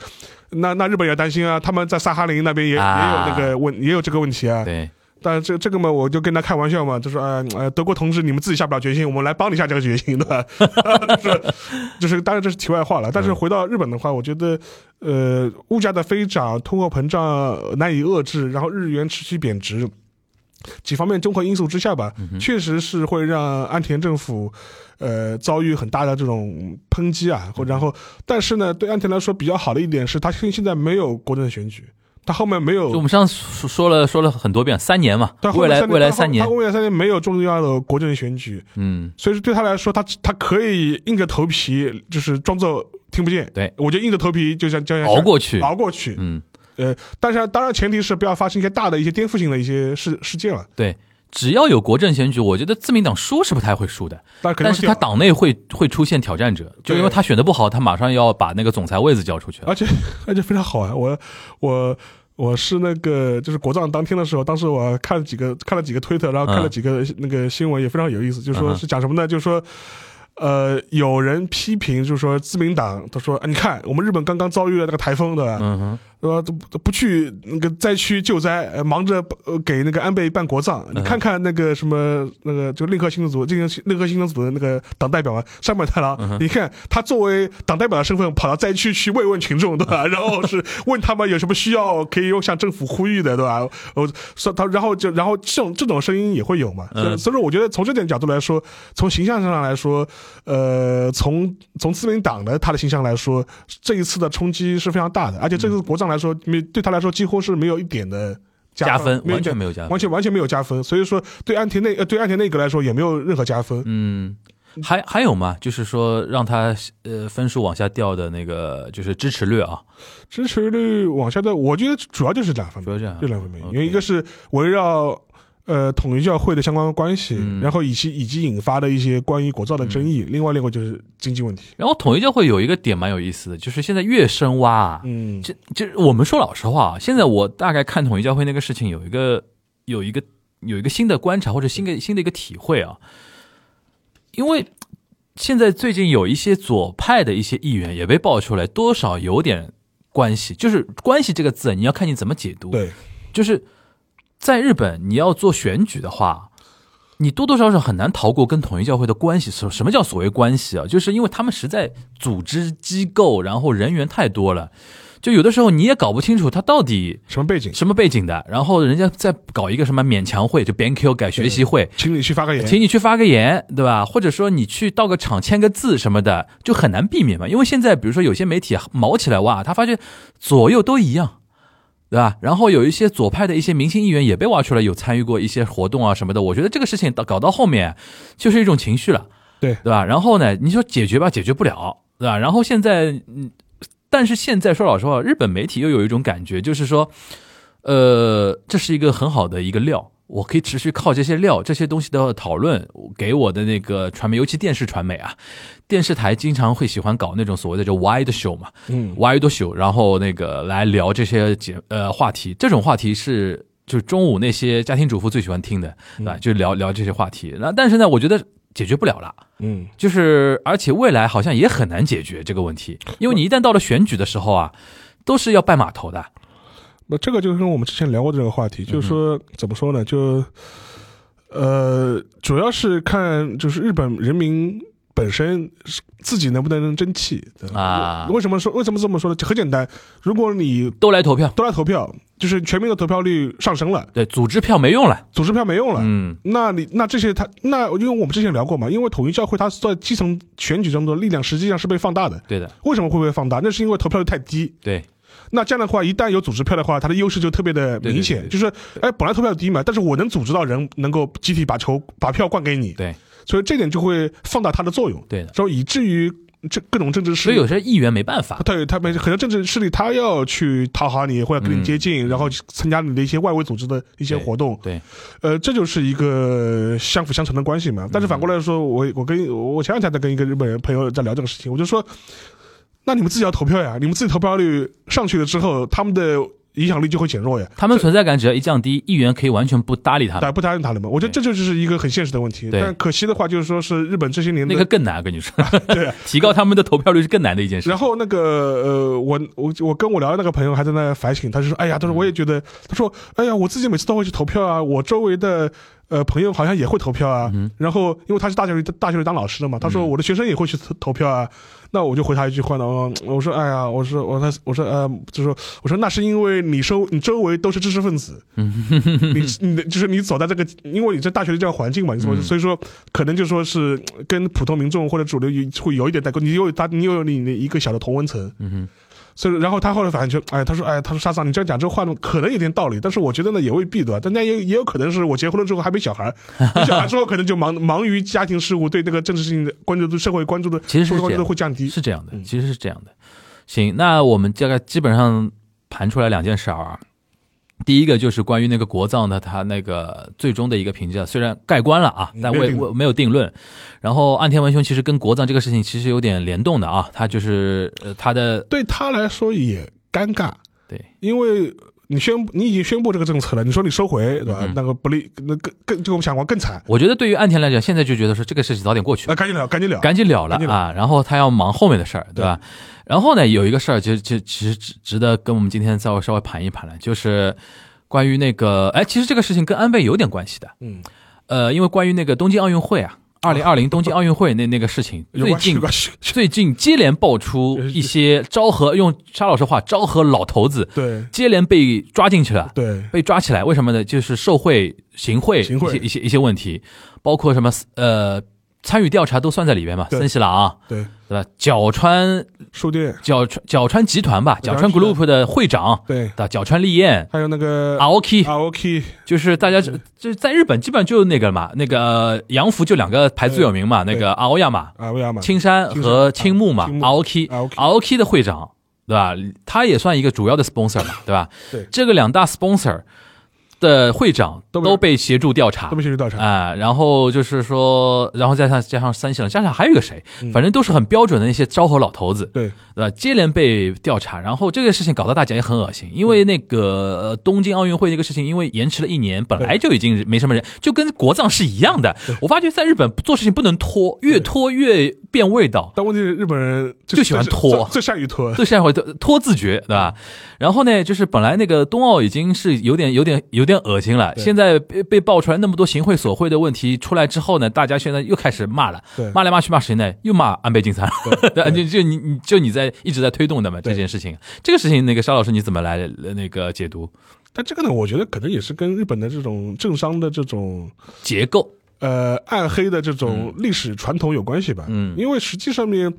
C: 那那日本也担心啊，他们在萨哈林那边也、
D: 啊
C: 也有那个问，也有这个问题啊。
D: 对，
C: 但这这个嘛，我就跟他开玩笑嘛，就说呃呃，德国同志，你们自己下不了决心，我们来帮你下这个决心的， 就是就是，当然这是题外话了。但是回到日本的话，我觉得呃，物价的飞涨，通货膨胀呃难以遏制，然后日元持续贬值，几方面综合因素之下吧，确实是会让安田政府。呃，遭遇很大的这种抨击啊，或然后，但是呢，对安田来说比较好的一点是，他现现在没有国政选举，他后面没有
D: 就我们上次说说了说了很多遍，三年嘛
C: 但，后
D: 未
C: 面
D: 来
C: 三年
D: 未来
C: 他
D: 三年
C: 他，未来三年没有重要的国政选举，
D: 嗯，
C: 所以说对他来说，他他可以硬着头皮，就是装作听不见。
D: 对
C: 我就硬着头皮就像就像
D: 熬过去，
C: 熬过去。
D: 嗯，
C: 呃，但是当然前提是不要发生一些大的一些颠覆性的一些事事件了，
D: 对。只要有国政选举，我觉得自民党输是不太会输的，
C: 但可能
D: 但
C: 会
D: 是他
C: 掉
D: 党内会会出现挑战者，就因为他选的不好，他马上要把那个总裁位子交出去了。
C: 而且 而且非常好玩。我我我是那个就是国葬当天的时候，当时我看了几个看了几个推特，然后看了
D: 嗯
C: 几个那个新闻，也非常有意思，就
D: 嗯
C: 说
D: 哼
C: 是讲什么呢？就说。呃，有人批评，就是说自民党，他说、啊，你看我们日本刚刚遭遇了那个台风，对吧？
D: 嗯哼，
C: 说不不去那个灾区救灾，呃忙着呃给那个安倍办国葬。你看看那个什么那个就令和新政组，令和令和新政组的那个党代表啊，山本太郎，你看他作为党代表的身份跑到灾区去慰问群众，对吧？然后是问他们有什么需要可以用向政府呼吁的，对吧？我说他，然后就然后这种这种声音也会有嘛。所以
D: 嗯
C: 所以说，我觉得从这点角度来说，从形象上来说，呃，从从自民党的他的形象来说，这一次的冲击是非常大的，而且这次
D: 嗯
C: 国葬来说，没对他来说几乎是没有一点的
D: 加
C: 分
D: 分，
C: 没有
D: 完
C: 一点
D: 全没有加分
C: 完。全完全没有加分，所以说对安田内呃对安田内阁来说也没有任何加分。
D: 嗯，还还有吗？就是说让他呃分数往下掉的那个就是支持率啊，
C: 支持率往下的，我觉得主要就是两方
D: 主
C: 面，
D: 要这样
C: 就。两方面，
D: OK
C: 因为一个是围绕。呃，统一教会的相关关系，
D: 嗯
C: 然后以及以及引发的一些关于国造的争议，另外另外就是经济问题。
D: 然后统一教会有一个点蛮有意思的，就是现在越深挖啊，
C: 嗯，
D: 这这我们说老实话啊，现在我大概看统一教会那个事情有一个有一个有一个新的观察或者新的新的一个体会啊，因为现在最近有一些左派的一些议员也被爆出来，多少有点关系。就是“关系”这个字，你要看你怎么解读。
C: 对，
D: 就是在日本，你要做选举的话，你多多少少很难逃过跟统一教会的关系。什什么叫所谓关系啊？就是因为他们实在组织机构，然后人员太多了，就有的时候你也搞不清楚他到底
C: 什么背景？
D: 什么背景的，然后人家再搞一个什么勉强会，就 BenQ 改学习会。
C: 请你去发个言。
D: 请你去发个言，对吧？或者说你去到个场签个字什么的，就很难避免嘛。因为现在比如说有些媒体毛起来哇，他发现左右都一样，对吧？然后有一些左派的一些明星议员也被挖出来，有参与过一些活动啊什么的。我觉得这个事情到搞到后面就是一种情绪了，
C: 对
D: 对吧？然后呢，你说解决吧，解决不了，对吧？然后现在，嗯，但是现在说老实话，日本媒体又有一种感觉，就是说，呃，这是一个很好的一个料，我可以持续靠这些料、这些东西的讨论，给我的那个传媒，尤其电视传媒啊，电视台经常会喜欢搞那种所谓的叫 wide show 嘛，
C: 嗯
D: ，wide show，然后那个来聊这些节呃话题，这种话题是。就是中午那些家庭主妇最喜欢听的，
C: 嗯
D: 对吧？就聊聊这些话题。那但是呢，我觉得解决不了了，
C: 嗯，
D: 就是而且未来好像也很难解决这个问题，因为你一旦到了选举的时候啊，都是要拜码头的。
C: 那这个就是跟我们之前聊过的这个话
D: 嗯
C: 题，就是说怎么说呢？就呃，主要是看就是日本人民本身是自己能不能争气对吧
D: 啊
C: 为什么说为什么这么说呢？很简单，如果你
D: 都来投票，
C: 都来投票，就是全民的投票率上升了，
D: 对，组织票没用了。
C: 组织票没用了。
D: 嗯，
C: 那你那这些他那因为我们之前聊过嘛，因为统一教会它在基层选举中的力量实际上是被放大的。
D: 对的，
C: 为什么会被放大？那是因为投票率太低。
D: 对，
C: 那这样的话，一旦有组织票的话，它的优势就特别的明显，
D: 对对
C: 就
D: 对
C: 是哎，本来投票低嘛，但是我能组织到人能够集体把球把票灌给你，
D: 对，
C: 所以这点就会放大它的作用，
D: 对的。
C: 所以以至于这各种政治势
D: 所以
C: 力
D: 有。些议员没办法。
C: 对，他们很多政治势力，他要去讨好你，或者跟你
D: 嗯
C: 接近，然后参加你的一些外围组织的一些
D: 对
C: 活动，
D: 对，
C: 呃，这就是一个相辅相成的关系嘛。但是反过来说，我我跟我前两天在跟一个日本人朋友在聊这个事情，我就说，那你们自己要投票呀，你们自己投票率上去了之后，他们的影响力就会减弱呀，
D: 他们存在感只要一降低，议员可以完全不搭理他
C: 大家
D: 们，
C: 不答应他了嘛。我觉得这就是一个很现实的问题。
D: 啊对
C: 但可惜的话，就是说是日本这些年的
D: 那个更难。我跟你 说，
C: 对啊
D: 提高他们的投票率是更难的一件事。
C: 然后那个呃，我我我跟我聊的那个朋友还在那反省，他就说：“哎呀，他说我也觉得，他说，哎呀，我自己每次都会去投票啊，我周围的呃朋友好像也会投票啊。
D: 嗯
C: 然后因为他是大学里大学里当老师的嘛，他说我的学生也会去投投票啊。那我就回他一句话呢，我我说：哎呀，我说我说我说呃，就说我说那是因为你周你周围都是知识分子，你你的就是你走在这个，因为你在大学的这样环境嘛，你所以所以说可能就说是呃跟普通民众或者主流有会有一点代沟，你又有他你又有你的一个小的同温层，嗯
D: 哼，
C: 所以然后他后来反正就哎，他说哎，他说沙桑，你这样讲这话呢可能有点道理，但是我觉得呢也未必对吧？但那也也有可能是我结婚了之后还没小孩儿，有小孩之后可能就忙忙于家庭事务，对这个政治事情的关注度、社会关注的
D: 其实
C: 社
D: 是
C: 会关
D: 这
C: 注
D: 样
C: 度，会降低，
D: 是这样的，其实是这样的。行，那我们大概基本上盘出来两件事儿啊。第一个就是关于那个国葬的，他那个最终的一个评价，虽然盖棺了啊，但
C: 没有
D: 未
C: 定
D: 未没有定论。然后岸田文雄其实跟国葬这个事情其实有点联动的啊，他就是呃他的
C: 对他来说也尴尬，
D: 对
C: 因为你宣布你已经宣布这个政策了，你说你收回，对吧？
D: 嗯
C: 那个不利，那更更就我们想过更惨，
D: 我觉得对于岸田来讲，现在就觉得说这个事情早点过去，
C: 那赶紧聊，赶紧聊，
D: 赶紧了了
C: 赶紧了
D: 啊，然后他要忙后面的事儿，对吧？然后呢，有一个事儿，其实其实其实值值得跟我们今天再稍微盘一盘了，就是关于那个，哎，其实这个事情跟安倍有点关系的，
C: 嗯，
D: 呃，因为关于那个东京奥运会啊，二零二零东京奥运会那那个事情，
C: 有
D: 最
C: 关系，
D: 近
C: 有关系，
D: 最近接连爆出一些昭和，用沙老师话，昭和老头子
C: 对
D: 接连被抓进去了，
C: 对，
D: 被抓起来，为什么呢？就是受贿、行贿
C: 行贿
D: 一些一些一些问题，包括什么呃参与调查都算在里边嘛。
C: 对
D: 森喜朗、啊
C: 对，
D: 对吧？角川
C: 书店，
D: 角川角川集团吧，角川
C: 角川集
D: Group 的会长
C: 对，
D: 对吧？角川利彦、
C: 还有那个
D: Aoki，
C: Aoki，
D: 就是大家
C: 嗯
D: 就是在日本基本上就那个嘛，那个呃洋服就两个牌子最有名嘛，
C: 对
D: 那个 Aoyama
C: 啊，为啥嘛？
D: 青山和青木嘛
C: 青木
D: ，Aoki
C: Aoki
D: Aoki 的会长， 对吧？他也算一个主要的 sponsor 嘛，对吧？
C: 对
D: 这个两大 sponsor 的会长
C: 都被
D: 都被协助调查
C: 都，被协助调查。
D: 啊、然后就是说，然后加上加上三喜郎，加上还有一个谁，
C: 嗯
D: 反正都是很标准的那些昭和老头子，
C: 对，
D: 对吧？接连被调查，然后这个事情搞到大家也很恶心，因为那个、
C: 嗯
D: 呃东京奥运会那个事情，因为延迟了一年，本来就已经没什么人，就跟国葬是一样的。我发觉在日本做事情不能拖，越拖越变味道。
C: 但问题是日本人就
D: 就喜欢拖
C: 最善于拖。
D: 对，下回拖拖自觉，对吧？然后呢，就是本来那个冬奥已经是有点、有点、有点恶心了，
C: 对
D: 现在被被爆出来那么多行贿索贿的问题出来之后呢，大家现在又开始骂了
C: 对，
D: 骂来骂去骂谁呢？又骂安倍晋三，对 就就你你就你在一直在推动的嘛
C: 对
D: 这件事情，这个事情那个沙老师你怎么来呃那个解读
C: 但这个呢，我觉得可能也是跟日本的这种政商的这种
D: 结构？
C: 呃暗黑的这种历史传统有关系吧。
D: 嗯
C: 因为实际上面，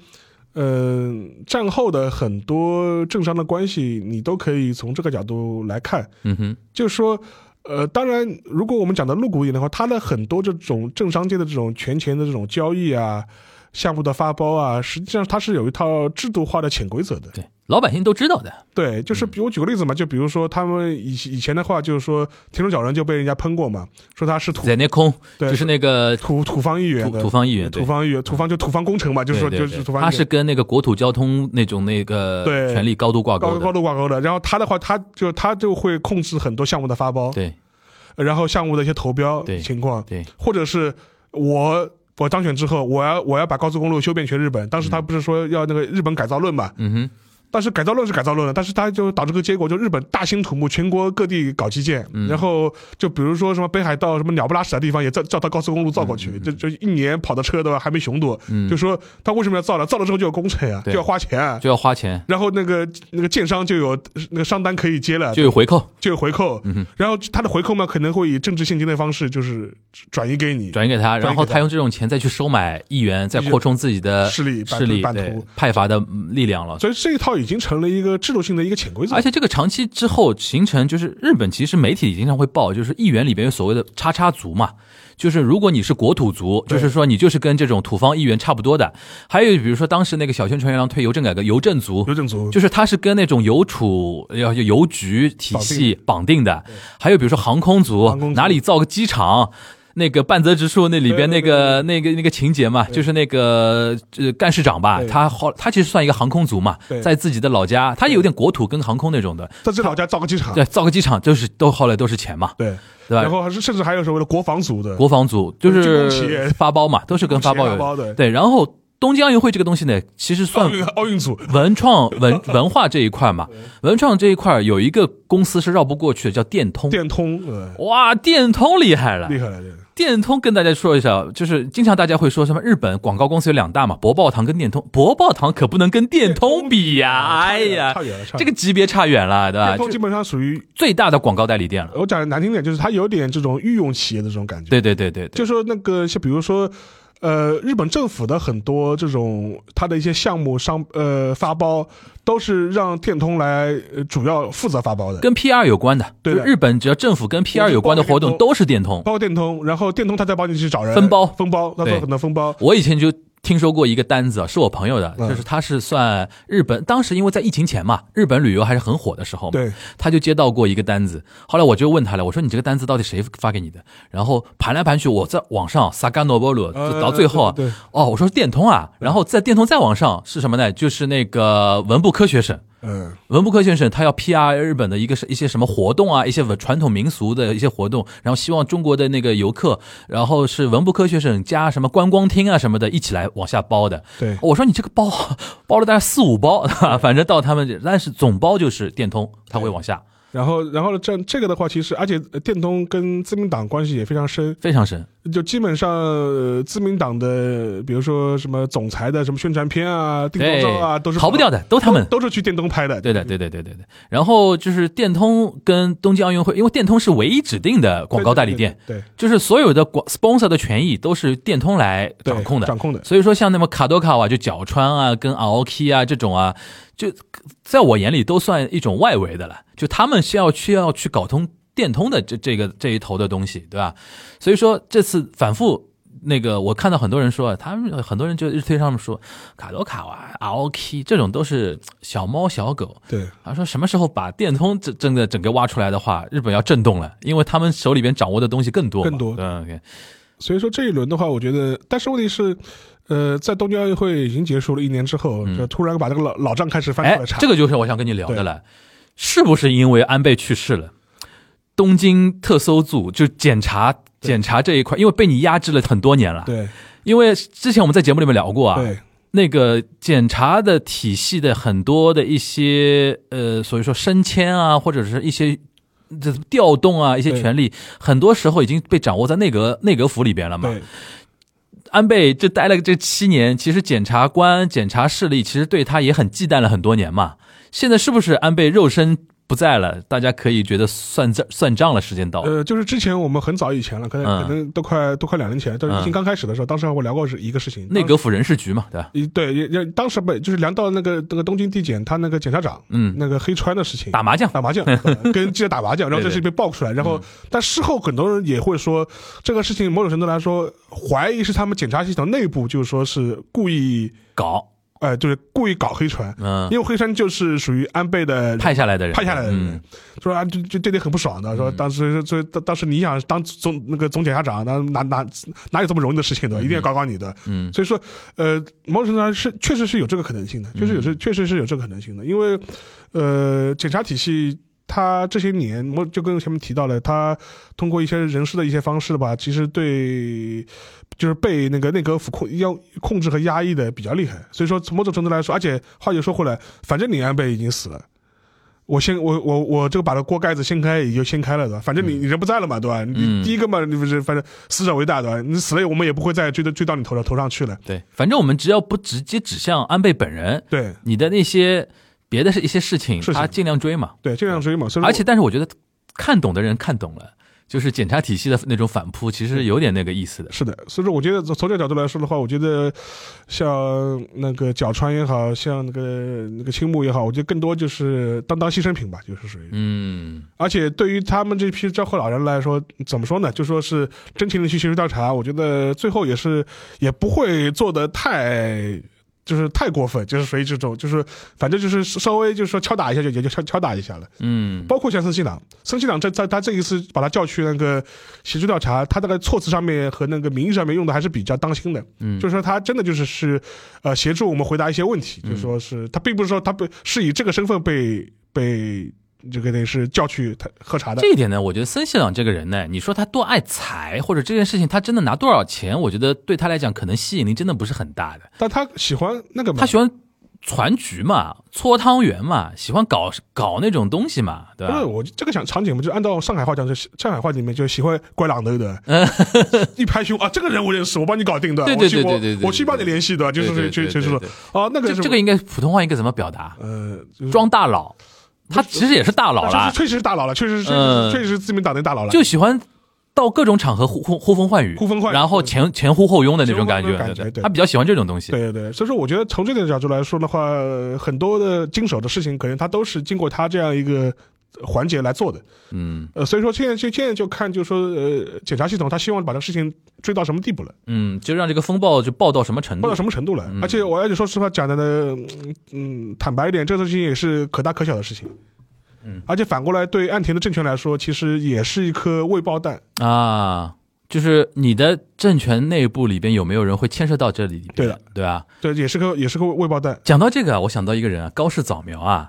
C: 嗯、战后的很多政商的关系，你都可以从这个角度来看。
D: 嗯哼，
C: 就是说，呃，当然，如果我们讲的露骨一点的话，它的很多这种政商界的这种权钱的这种交易啊。项目的发包啊，实际上它是有一套制度化的潜规则的。
D: 对，老百姓都知道的，
C: 对，
D: 嗯
C: 就是比如我举个例子嘛，就比如说他们以以前的话，就是说田中角荣就被人家喷过嘛，说他是土
D: 在那空
C: 对
D: 就是那个
C: 土土方议员
D: 土
C: 的
D: 土方议员，对
C: 土方议员土方就土方工程嘛，就是说
D: 对
C: 就
D: 对
C: 是
D: 对
C: 土方议
D: 他
C: 员
D: 是跟那个国土交通那种那个
C: 对
D: 权力高度挂
C: 高
D: 钩
C: 高
D: 的，
C: 度挂钩的。然后他的话，他就他就会控制很多项目的发包，
D: 对
C: 然后项目的一些投标
D: 对
C: 情况，
D: 对。
C: 或者是我我当选之后，我要我要把高速公路修遍全日本。当时他不是说要那个日本改造论嘛？
D: 嗯哼，
C: 但是改造论是改造论了，但是它就导致个结果，就日本大兴土木，全国各地搞基建，
D: 嗯
C: 然后就比如说什么北海道什么鸟不拉屎的地方也造造到高速公路造过去，
D: 嗯
C: 就就一年跑的车对吧，还没熊多，就说他为什么要造了？造了之后就有工程啊，就
D: 对
C: 要花钱、啊。
D: 嗯就要花钱，
C: 然后那个那个建商就有那个商单可以接了，就
D: 就嗯有回扣，
C: 有回扣，然后他的回扣嘛可能会以政治现金的方式就是转移给你，
D: 转移给他，
C: 给他
D: 然后他用这种钱再去收买议员，再扩充自己的
C: 势力版
D: 势力
C: 版
D: 对
C: 图
D: 派阀的嗯力量了。
C: 所以这一套已经成了一个制度性的一个潜规则
D: 而。且这个长期之后形成，就是日本其实媒体经常会报，就是议员里边有所谓的“叉叉族”嘛，就是如果你是国土族，
C: 对
D: 就是说你就是跟这种土方议员差不多的。还有比如说当时那个小泉纯一郎推邮政改革，邮政族
C: 邮政族
D: 就是他是跟那种邮储要邮局体系绑定的，还有比如说航空族，
C: 航空族
D: 哪里造个机场。那个半泽直树那里边
C: 对对
D: 那个那个那个情节嘛，就是那个呃干事长吧
C: 对，
D: 他好他其实算一个航空族嘛
C: 对，
D: 在自己的老家，他有点国土跟航空那种的，
C: 在这老家造个机场，
D: 对，造个机场就是都后来都是钱嘛，
C: 对，
D: 对
C: 然
D: 吧？
C: 后还是甚至还有所谓的国防组的，
D: 国防组就
C: 军工企业
D: 是发包嘛，都是跟发包
C: 企业发包
D: 有
C: 的
D: 对，然后东京奥运会这个东西呢，其实算
C: 奥运奥运组，
D: 文创 文文化这一块嘛，文创这一块有一个公司是绕不过去的，叫电通。
C: 电通，呃，
D: 哇，电通厉害了！
C: 厉害了，这个
D: 电通跟大家说一下，就是经常大家会说什么日本广告公司有两大嘛，博报堂跟电通。博报堂可不能跟电通比呀、
C: 差
D: 哎
C: 远了
D: 呀
C: 差，远了，差
D: 这
C: 远
D: 个
C: 了
D: 级别差远了，对吧？
C: 电通基
D: 就
C: 本上属于，
D: 最大的广告代理店了。
C: 我讲的难听点，就是它有点这种御用企业的这种感觉，
D: 对对对对对，
C: 就说那个像比如说。呃，日本政府的很多这种它的一些项目商呃发包，都是让电通来、呃主要负责发包的，
D: 跟 PR 有关的。
C: 对的
D: 就日本只要政府跟 PR 有关的活动都是电通。
C: 包括电通，然后电通他再帮你去找人
D: 分包
C: 分包，他做
D: 对
C: 很多分包，
D: 我以前就听说过一个单子啊，是我朋友的，
C: 嗯
D: 就是他是算日本，当时因为在疫情前嘛，日本旅游还是很火的时候嘛，
C: 对，
D: 他就接到过一个单子，后来我就问他了，我说你这个单子到底谁发给你的？然后盘来盘去，我在网上 s a g a n o b o l
C: 呃
D: 就到最后啊
C: 对对对，
D: 哦，我说是电通啊，然后在电通再往上是什么呢？就是那个文部科学省。
C: 嗯、
D: 文部科学省，他要 PR 日本的一个是一些什么活动啊，一些文传统民俗的一些活动，然后希望中国的那个游客，然后是文部科学省加什么观光厅啊什么的，一起来往下包的。
C: 对
D: 我说你这个包 包了大概四五包， 反正到他们这，但是总包就是电通，它会往下
C: 然后，然后呢？这这个的话，其实而且呃电通跟自民党关系也非常深，
D: 非常深。
C: 就基本上、呃自民党的，比如说什么总裁的什么宣传片啊、定妆
D: 对
C: 照啊，都是
D: 逃不掉的，都他们。
C: 都是去电通拍的。
D: 对的，对对对对对。然后就是电通跟东京奥运会，因为电通是唯一指定的广告代理店，
C: 对，对
D: 就是所有的广 sponsor 的权益都是电通来
C: 对
D: 掌控的。
C: 掌控的。
D: 所以说，像那么卡多卡瓦、就角川啊、跟 AOK 啊这种啊，就在我眼里都算一种外围的了。就他们是要去要去搞通电通的这这个这一头的东西，对吧？所以说这次反复那个我看到很多人说，他们很多人就日推上面说卡罗卡哇、ROK 这种都是小猫小狗。
C: 对，
D: 他说什么时候把电通这真的整个挖出来的话，日本要震动了，因为他们手里边掌握的东西更多嘛，
C: 更多
D: 对，OK，
C: 所以说这一轮的话，我觉得，但是问题是，呃，在东京奥运会已经结束了一年之后，就突然把这个老老账开始翻
D: 嗯哎
C: 出来，查，
D: 这个就是我想跟你聊的了，是不是因为安倍去世了，东京特搜组就检查检查这一块，因为被你压制了很多年了，
C: 对
D: 因为之前我们在节目里面聊过啊，
C: 对
D: 那个检查的体系的很多的一些呃，所以说升迁啊，或者是一些这调动啊，一些
C: 对
D: 权利，很多时候已经被掌握在内阁内阁府里边了嘛。
C: 对，
D: 安倍这待了这七年，其实检察官、检察势力其实对他也很忌惮了很多年嘛。现在是不是安倍肉身不在了，大家可以觉得算账算账了，时间到了。
C: 呃，就是之前我们很早以前了，可能、
D: 嗯
C: 可能都快都快两年前，但是
D: 嗯
C: 疫情刚开始的时候，当时我聊过是一个事情，
D: 内阁府人事局嘛，对吧？
C: 一对也也当时被就是聊到那个那个东京地检他那个检察长，
D: 嗯
C: 那个黑川的事情，
D: 打麻将，
C: 打麻 将，呃跟记者打麻将，然后这事情被爆出来，然
D: 嗯
C: 后但事后很多人也会说，这个事情某种程度来说，怀疑是他们检察系统内部就是说是故意，
D: 搞，
C: 呃，就是故意搞黑船，
D: 嗯、
C: 因为黑川就是属于安倍的
D: 派下来的人，
C: 派下来的人
D: 嗯，
C: 说啊，就就对你很不爽的，说当时这当当时你想当总那个总检察长，那哪哪哪有这么容易的事情的，一定要搞搞你的。
D: 嗯
C: 所以说，呃，某种程度上是确实是有这个可能性的，确实有
D: 嗯
C: 这确实是有这个可能性的，因为呃，检察体系。它这些年，我就跟前面提到了，它通过一些人事的一些方式吧，其实对就是被那个内阁府控要控制和压抑的比较厉害。所以说，从某种程度来说，而且话又说回来，反正你安倍已经死了，我先我我我这个把这锅盖子掀开也就掀开了，对吧？反正你你人不在了嘛，对吧？你
D: 嗯
C: 第一个嘛，你不是反正死者为大，对吧？你死了，我们也不会再追到追到你头上头上去了。
D: 对，反正我们只要不直接指向安倍本人，
C: 对
D: 你的那些别的一些事情，
C: 事情
D: 他尽量追嘛。
C: 对，这样追嘛。所以说
D: 而且，但是我觉得看懂的人看懂了，就是检察体系的那种反扑，其实有点那个意思的。
C: 是的，所以说我觉得从从这个角度来说的话，我觉得像那个角川也好像那个那个青木也好，我觉得更多就是当当牺牲品吧，就是属于。
D: 嗯，
C: 而且对于他们这批昭和老人来说，怎么说呢？就说是真情的去学术调查，我觉得最后也是也不会做的太。就是太过分，就是属于这种，就是反正就是稍微就是说敲打一下就也就敲敲打一下了。
D: 嗯，
C: 包括像森信朗，森信朗这在他这一次把他叫去那个协助调查，他那个措辞上面和那个名义上面用的还是比较当心的。
D: 嗯
C: 就是说他真的就是是呃协助我们回答一些问题，
D: 嗯
C: 就是说是他并不是说他被是以这个身份被被这个那是叫去他喝茶的。
D: 这一点呢，我觉得森西朗这个人呢，你说他多爱财，或者这件事情他真的拿多少钱，我觉得对他来讲可能吸引力真的不是很大的。
C: 但他喜欢那个嘛
D: 他喜欢攒局嘛，搓汤圆嘛，喜欢搞搞那种东西嘛，对
C: 不
D: 吧
C: 是？我这个想场景嘛，就按照上海话讲，就是上海话里面就喜欢拐狼的的， 一拍胸啊，这个人我认识，我帮你搞定的，
D: 对
C: 我
D: 对
C: 去
D: 对
C: 我
D: 对对对
C: 我去帮你联系的，就
D: 对
C: 是
D: 对
C: 就
D: 对
C: 就是说
D: 对对
C: 哦，那个
D: 这
C: 是
D: 这个应该普通话应该怎么表达？
C: 呃就是
D: 装大佬，他其实也是大佬
C: 啊
D: 啦，
C: 确实确实是大佬了，确实是确实是
D: 嗯
C: 确实是自民党内大佬了，
D: 就喜欢到各种场合呼呼呼风唤雨，
C: 呼风唤雨
D: 然后前前呼后拥的那种感
C: 前呼后
D: 觉
C: 拥的感觉，对
D: 他比较喜欢这种东西。
C: 对对对，所以说我觉得从这点角度来说的话，呃很多的经手的事情，可能他都是经过他这样一个环节来做的。
D: 嗯
C: 呃，所以说现在就现在就看，就是说呃，检察系统他希望把这个事情追到什么地步了，
D: 嗯，就让这个风暴就爆到什么程
C: 报
D: 度
C: 到？什么程度了。而且我而且说实话讲的呢，嗯嗯，坦白一点，这个事情也是可大可小的事情。嗯，而且反过来对岸田的政权来说，其实也是一颗未爆弹。
D: 啊，就是你的政权内部里边有没有人会牵涉到这里？
C: 对的，
D: 对啊。
C: 对，也是个也是个未爆弹。
D: 讲到这个啊，我想到一个人啊，高市早 苗啊，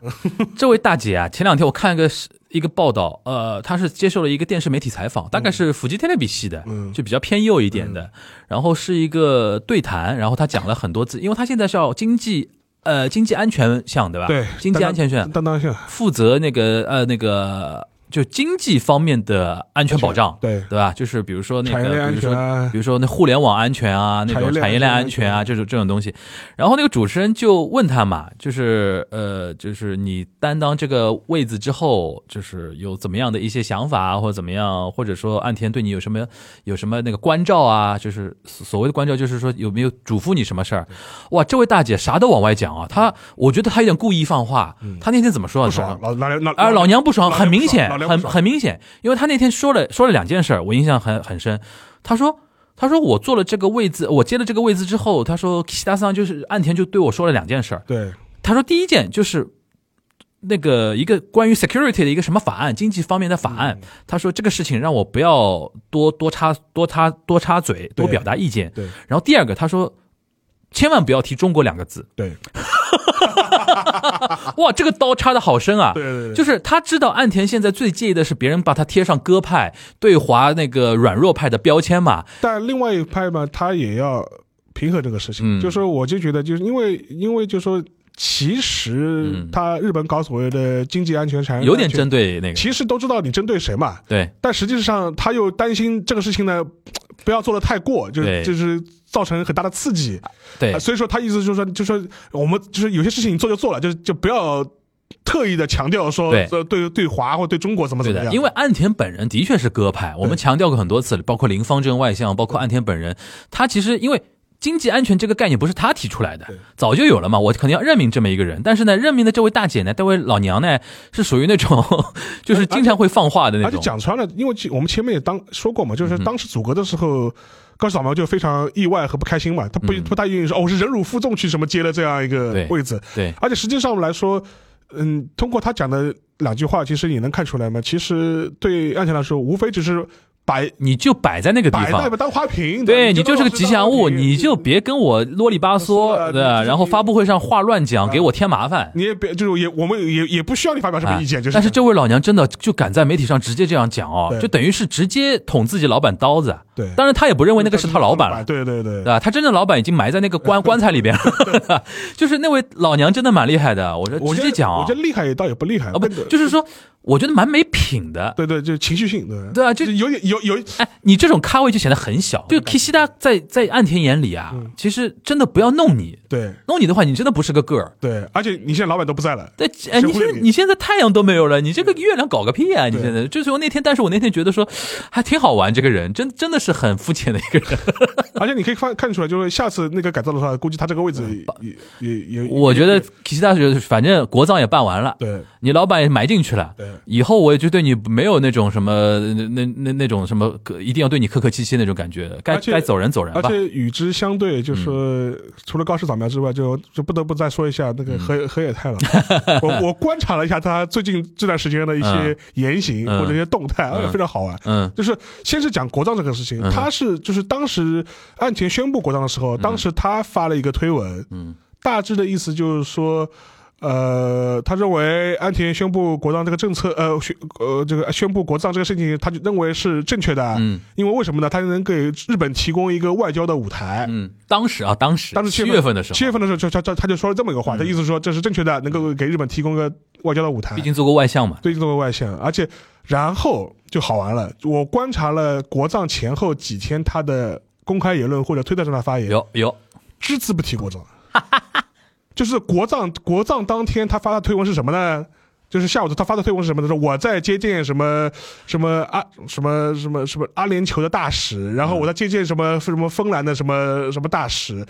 D: 这位大姐啊，前两天我看一个是一个报道，呃，她是接受了一个电视媒体采访，大概是腹肌 t e l e 系的，
C: 嗯
D: 就比较偏右一点的，然后是一个对谈，然后她讲了很多字，因为她现在是要经济呃经济安全项对吧？
C: 对，
D: 经济安全项
C: 担当性，
D: 负责那个呃那个就经济方面的安全保障，
C: 对
D: 对吧？就是比如说那
C: 产业链
D: 个，
C: 安
D: 比如
C: 全啊
D: 说比如说那互联网安全啊，那
C: 产
D: 种产
C: 业链
D: 业链
C: 安
D: 安
C: 全
D: 全啊，这种这种东西。然后那个主持人就问他嘛，就是呃，就是你担当这个位子之后，就是有怎么样的一些想法啊，或者怎么样，或者说岸田对你有什么有什么那个关照啊？就是所所谓的关照，就是说有没有嘱咐你什么事儿？哇，这位大姐啥都往外讲啊，她我觉得她有点故意放话。她那天怎么说
C: 嗯
D: 啊？
C: 不
D: 她
C: 爽，老老老
D: 啊，老娘不爽，
C: 老娘
D: 很
C: 不
D: 明
C: 爽
D: 显
C: 老，娘不
D: 很
C: 爽
D: 很明显，因为他那天说了说了两件事儿，我印象很很深。他说他说我做了这个位子，我接了这个位子之后，他说西达桑就是岸田就对我说了两件事儿。
C: 对，
D: 他说第一件就是那个一个关于 security 的一个什么法案，经济方面的法
C: 嗯
D: 案。他说这个事情让我不要多多插多插多插嘴，多表达意见。
C: 对
D: 然后第二个，他说千万不要提中国两个字。
C: 对啊
D: 哇，这个刀插的好深啊！
C: 对对对
D: 就是他知道岸田现在最介意的是别人把他贴上鸽派、对华那个软弱派的标签嘛。
C: 但另外一派嘛，他也要平衡这个事情。
D: 嗯
C: 就说我就觉得，就是因为因为就说，其实
D: 嗯
C: 他日本搞所谓的经济安全产业
D: 有点针，对那个，
C: 其实都知道你针对谁嘛。
D: 对
C: 但实际上，他又担心这个事情呢，不要做的太过，就
D: 对
C: 是就是造成很大的刺激。
D: 对
C: 啊，所以说他意思就是说，就是说我们就是有些事情你做就做了，就是就不要特意的强调说
D: 对
C: 呃对对华或对中国怎么
D: 对
C: 怎么
D: 的，
C: 样，
D: 因为岸田本人的确是鸽派，我们强调过很多次，包括林方正外相，包括岸田本人，他其实因为。经济安全这个概念不是他提出来的，早就有了嘛。我肯定要任命这么一个人，但是呢，任命的这位大姐呢，这位老娘呢，是属于那种 就是经常会放话的那
C: 而且
D: 种。嗯
C: 讲穿了，因为其我们前面也当说过嘛，就是当时组阁的时候，高市早苗就非常意外和不开心嘛，他不、不大愿意说哦，我是忍辱负重去什么接了这样一个
D: 嗯对
C: 位置，
D: 对
C: 而且实际上来说，嗯，通过他讲的两句话，其实也能看出来嘛，其实对岸田来说，无非只是摆
D: 你就摆在那个地
C: 摆那
D: 方
C: 边，当花瓶，
D: 对你
C: 你
D: 就是个吉祥物，你就别跟我啰里吧
C: 是
D: 嗦
C: 的
D: 对
C: 你
D: 吧，
C: 就是
D: 然后发布会上话乱讲，给我添麻烦。
C: 你也别就是也我们也也不需要你发表什么意见，
D: 哎
C: 就是
D: 但是这位老娘真的就敢在媒体上直接这样讲哦
C: 对，
D: 就等于是直接捅自己老板刀子。啊
C: 对
D: 当然他也不认为那个是他老板了。
C: 对对对
D: 对。吧？他真正老板已经埋在那 个棺棺材里边了， 就是那位老娘真的蛮厉害的。我说
C: 我
D: 直
C: 觉得
D: 接讲
C: 我
D: 啊
C: 觉，得厉害倒也不厉害，
D: 啊不，
C: 更多
D: 就是说，我觉得蛮没品的。
C: 对对，就是情绪性，对
D: 对啊就
C: 就有点有有
D: 哎，你这种咖位就显得很小。就 Kishida 在在岸田眼里啊，
C: 嗯
D: 其实真的不要弄你，
C: 对
D: 弄你的话，你真的不是个个儿。
C: 对，而且你现在老板都不在了，
D: 对，哎，你
C: 忽略
D: 现在
C: 你
D: 你现在太阳都没有了，你这个月亮搞个屁啊！你
C: 嗯对
D: 现在就是我那天，但是我那天觉得说还挺好玩，这个人真真的是很肤浅的一个人。
C: 而且你可以看看出来，就是下次那个改造的话，估计他这个位置也也也，也
D: 嗯我觉得 Kishida 是反正国葬也办完了，
C: 对
D: 你老板也埋进去了
C: 对，
D: 以后我也就对你没有那种什么那那那那种什么一定要对你客客气气那种感觉，该
C: 而且
D: 该走人走人
C: 而
D: 吧。嗯
C: 且与之相对，就是说除了高市早苗之外，就就不得不再说一下那个河河野太 郎。我我观察了一下他最近这段时间的一些
D: 嗯
C: 言行
D: 嗯
C: 或者一些动态，哎呀
D: 嗯
C: 非常好玩。
D: 嗯
C: 就是先是讲国葬这个事情，
D: 嗯
C: 他是就是当时岸田宣布国葬的时候，当时他发了一个推文，
D: 嗯，
C: 大致的意思就是说，呃，他认为安田宣布国葬这个政策，呃，宣呃这个宣布国葬这个事情，他就认为是正确的，
D: 嗯
C: 因为为什么呢？他能给日本提供一个外交的舞台。
D: 嗯，当时啊，当时
C: 哎当时
D: 七月份的时
C: 七
D: 候，
C: 月份的时候，就他他他就说了这么一个
D: 嗯
C: 话，他意思说这是正确的，能够给日本提供一个外交的舞台
D: 毕。竟做过外相嘛，
C: 最近作为外线，而且然后就好玩了。我观察了国葬前后几天他的公开言论或者推特上的发言，
D: 有有
C: 只字不提国葬， 就是国葬国葬当天他发的推文是什么呢？就是下午他发的推文是什么呢？说我在接见什么什么阿什么什么什么阿联酋的大使，然后我在接见什么什么芬兰的什么什么大使。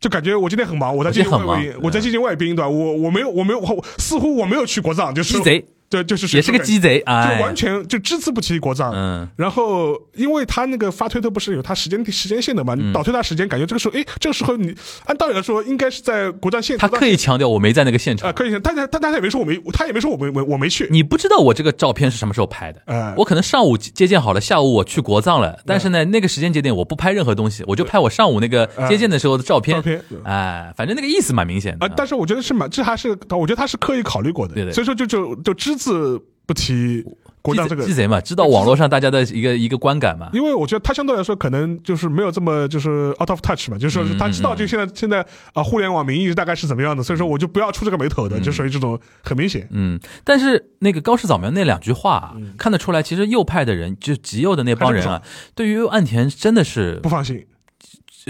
C: 就感觉我今天很忙，我在接见
D: 我今天很
C: 外
D: 忙
C: 宾，我在接见外宾，对吧？我我没有我没有我似乎我没有去国葬，就是
D: 鸡贼，
C: 对，就是
D: 也是
C: 这种
D: 个
C: 感觉
D: 鸡贼，
C: 就
D: 哎
C: 完，全就只字不提国葬。
D: 嗯
C: 然后，因为他那个发推特不是有他时间时间线的嘛，
D: 嗯
C: 你倒推他时间，感觉这个时候，哎，这个时候你按道理来说应该是在国战线，
D: 他刻意强调我没在那个现
C: 啊、
D: 场，
C: 可以，但他但他也没说我没，他也没说我没我我没去，
D: 你不知道我这个照片是什么时候拍的。
C: 哎
D: 我可能上午接见好了，下午我去国葬了，但是呢，那个时间节点我不拍任何东西，我就拍我上午那个接见的时候的照片。
C: 照片对
D: 哎，反正那个意思蛮明显的。
C: 啊、但是我觉得是蛮，这还是我觉得他是刻意考虑过的，
D: 对对
C: 所以说就就就只字不提国葬这个
D: 鸡贼鸡。贼嘛，知道网络上大家的一个一个观感嘛。
C: 因为我觉得他相对来说可能就是没有这么就是 out of touch 嘛，就是
D: 嗯
C: 说他知道就现在现在啊互联网民意大概是怎么样的，所以说我就不要出这个眉头的，就属于这种很明显。
D: 嗯，但是那个高市早苗那两句话、啊看得出来，其实右派的人，就极右的那帮人
C: 嗯还是
D: 啊，对于岸田真的是
C: 不放心。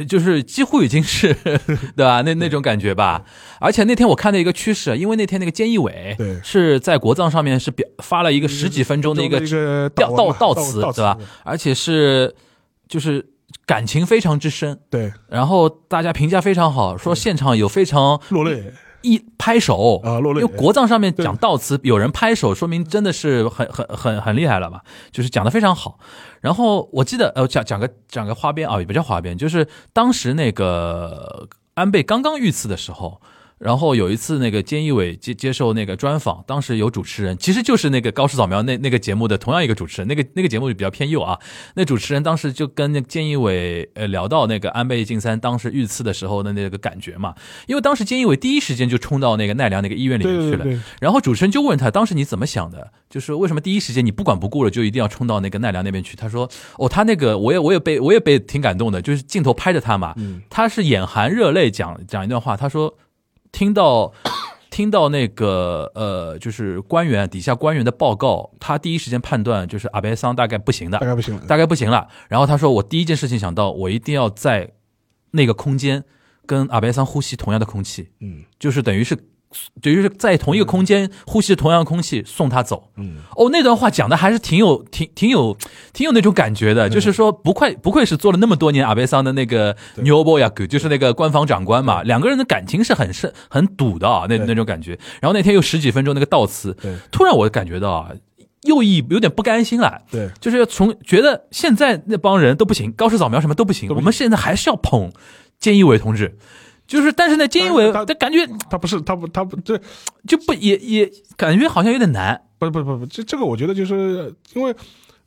D: 就是几乎已经是， 对吧？那那种感觉吧。而且那天我看到一个趋势，因为那天那个菅义伟
C: 对嗯
D: 是在国葬上面是表发了一个十几分钟的一个
C: 个
D: 悼
C: 悼悼
D: 悼词，
C: 悼
D: 对吧？而且是就是感情非常之深，
C: 对，
D: 然后大家评价非常好，说现场有非常
C: 落泪。
D: 一拍手
C: 啊落泪
D: 因为国葬上面讲悼词，有人拍手，说明真的是很很很很厉害了吧？就是讲的非常好。然后我记得呃，讲讲个讲个花边啊，也不叫花边，就是当时那个安倍刚刚遇刺的时候。然后有一次，那个菅义伟接接受那个专访，当时有主持人，其实就是那个高市早苗那那个节目的同样一个主持人，那个那个节目就比较偏右啊。那主持人当时就跟那菅义伟呃聊到那个安倍晋三当时遇刺的时候的那个感觉嘛，因为当时菅义伟第一时间就冲到那个奈良那个医院里面去了，
C: 对对对
D: 然后主持人就问他当时你怎么想的，就是为什么第一时间你不管不顾了就一定要冲到那个奈良那边去？他说哦，他那个我也我也被我也被挺感动的，就是镜头拍着他嘛，他是眼含热泪讲讲一段话，他说。听到听到那个呃，就是官员底下官员的报告，他第一时间判断就是阿白桑大概不行
C: 大
D: 的，
C: 概不行了。
D: 大概不行了。然后他说，我第一件事情想到，我一定要在那个空间跟阿白桑呼吸同样的空气，
C: 嗯
D: 就是等于是。等于是在同一个空间呼吸同样的空气，送他走。
C: 嗯，
D: 哦，那段话讲的还是挺有、挺、挺有、挺有那种感觉
C: 嗯
D: 的，就是说不愧不愧是做了那么多年阿贝桑的那个 New b o y a 就是那个官方长官嘛，两个人的感情是很深、很笃的啊，那
C: 对
D: 那种感觉。然后那天有十几分钟那个悼词
C: 对，
D: 突然我感觉到啊，右翼有点不甘心了。
C: 对，
D: 就是从觉得现在那帮人都不行，高市早苗什么都不行，
C: 都不行
D: 我们现在还是要捧菅义伟同志，就是但是呢，菅义伟
C: 他
D: 他感觉
C: 他不是他不他不这
D: 就不也也感觉好像有点难，
C: 不不不不，这这个我觉得就是因为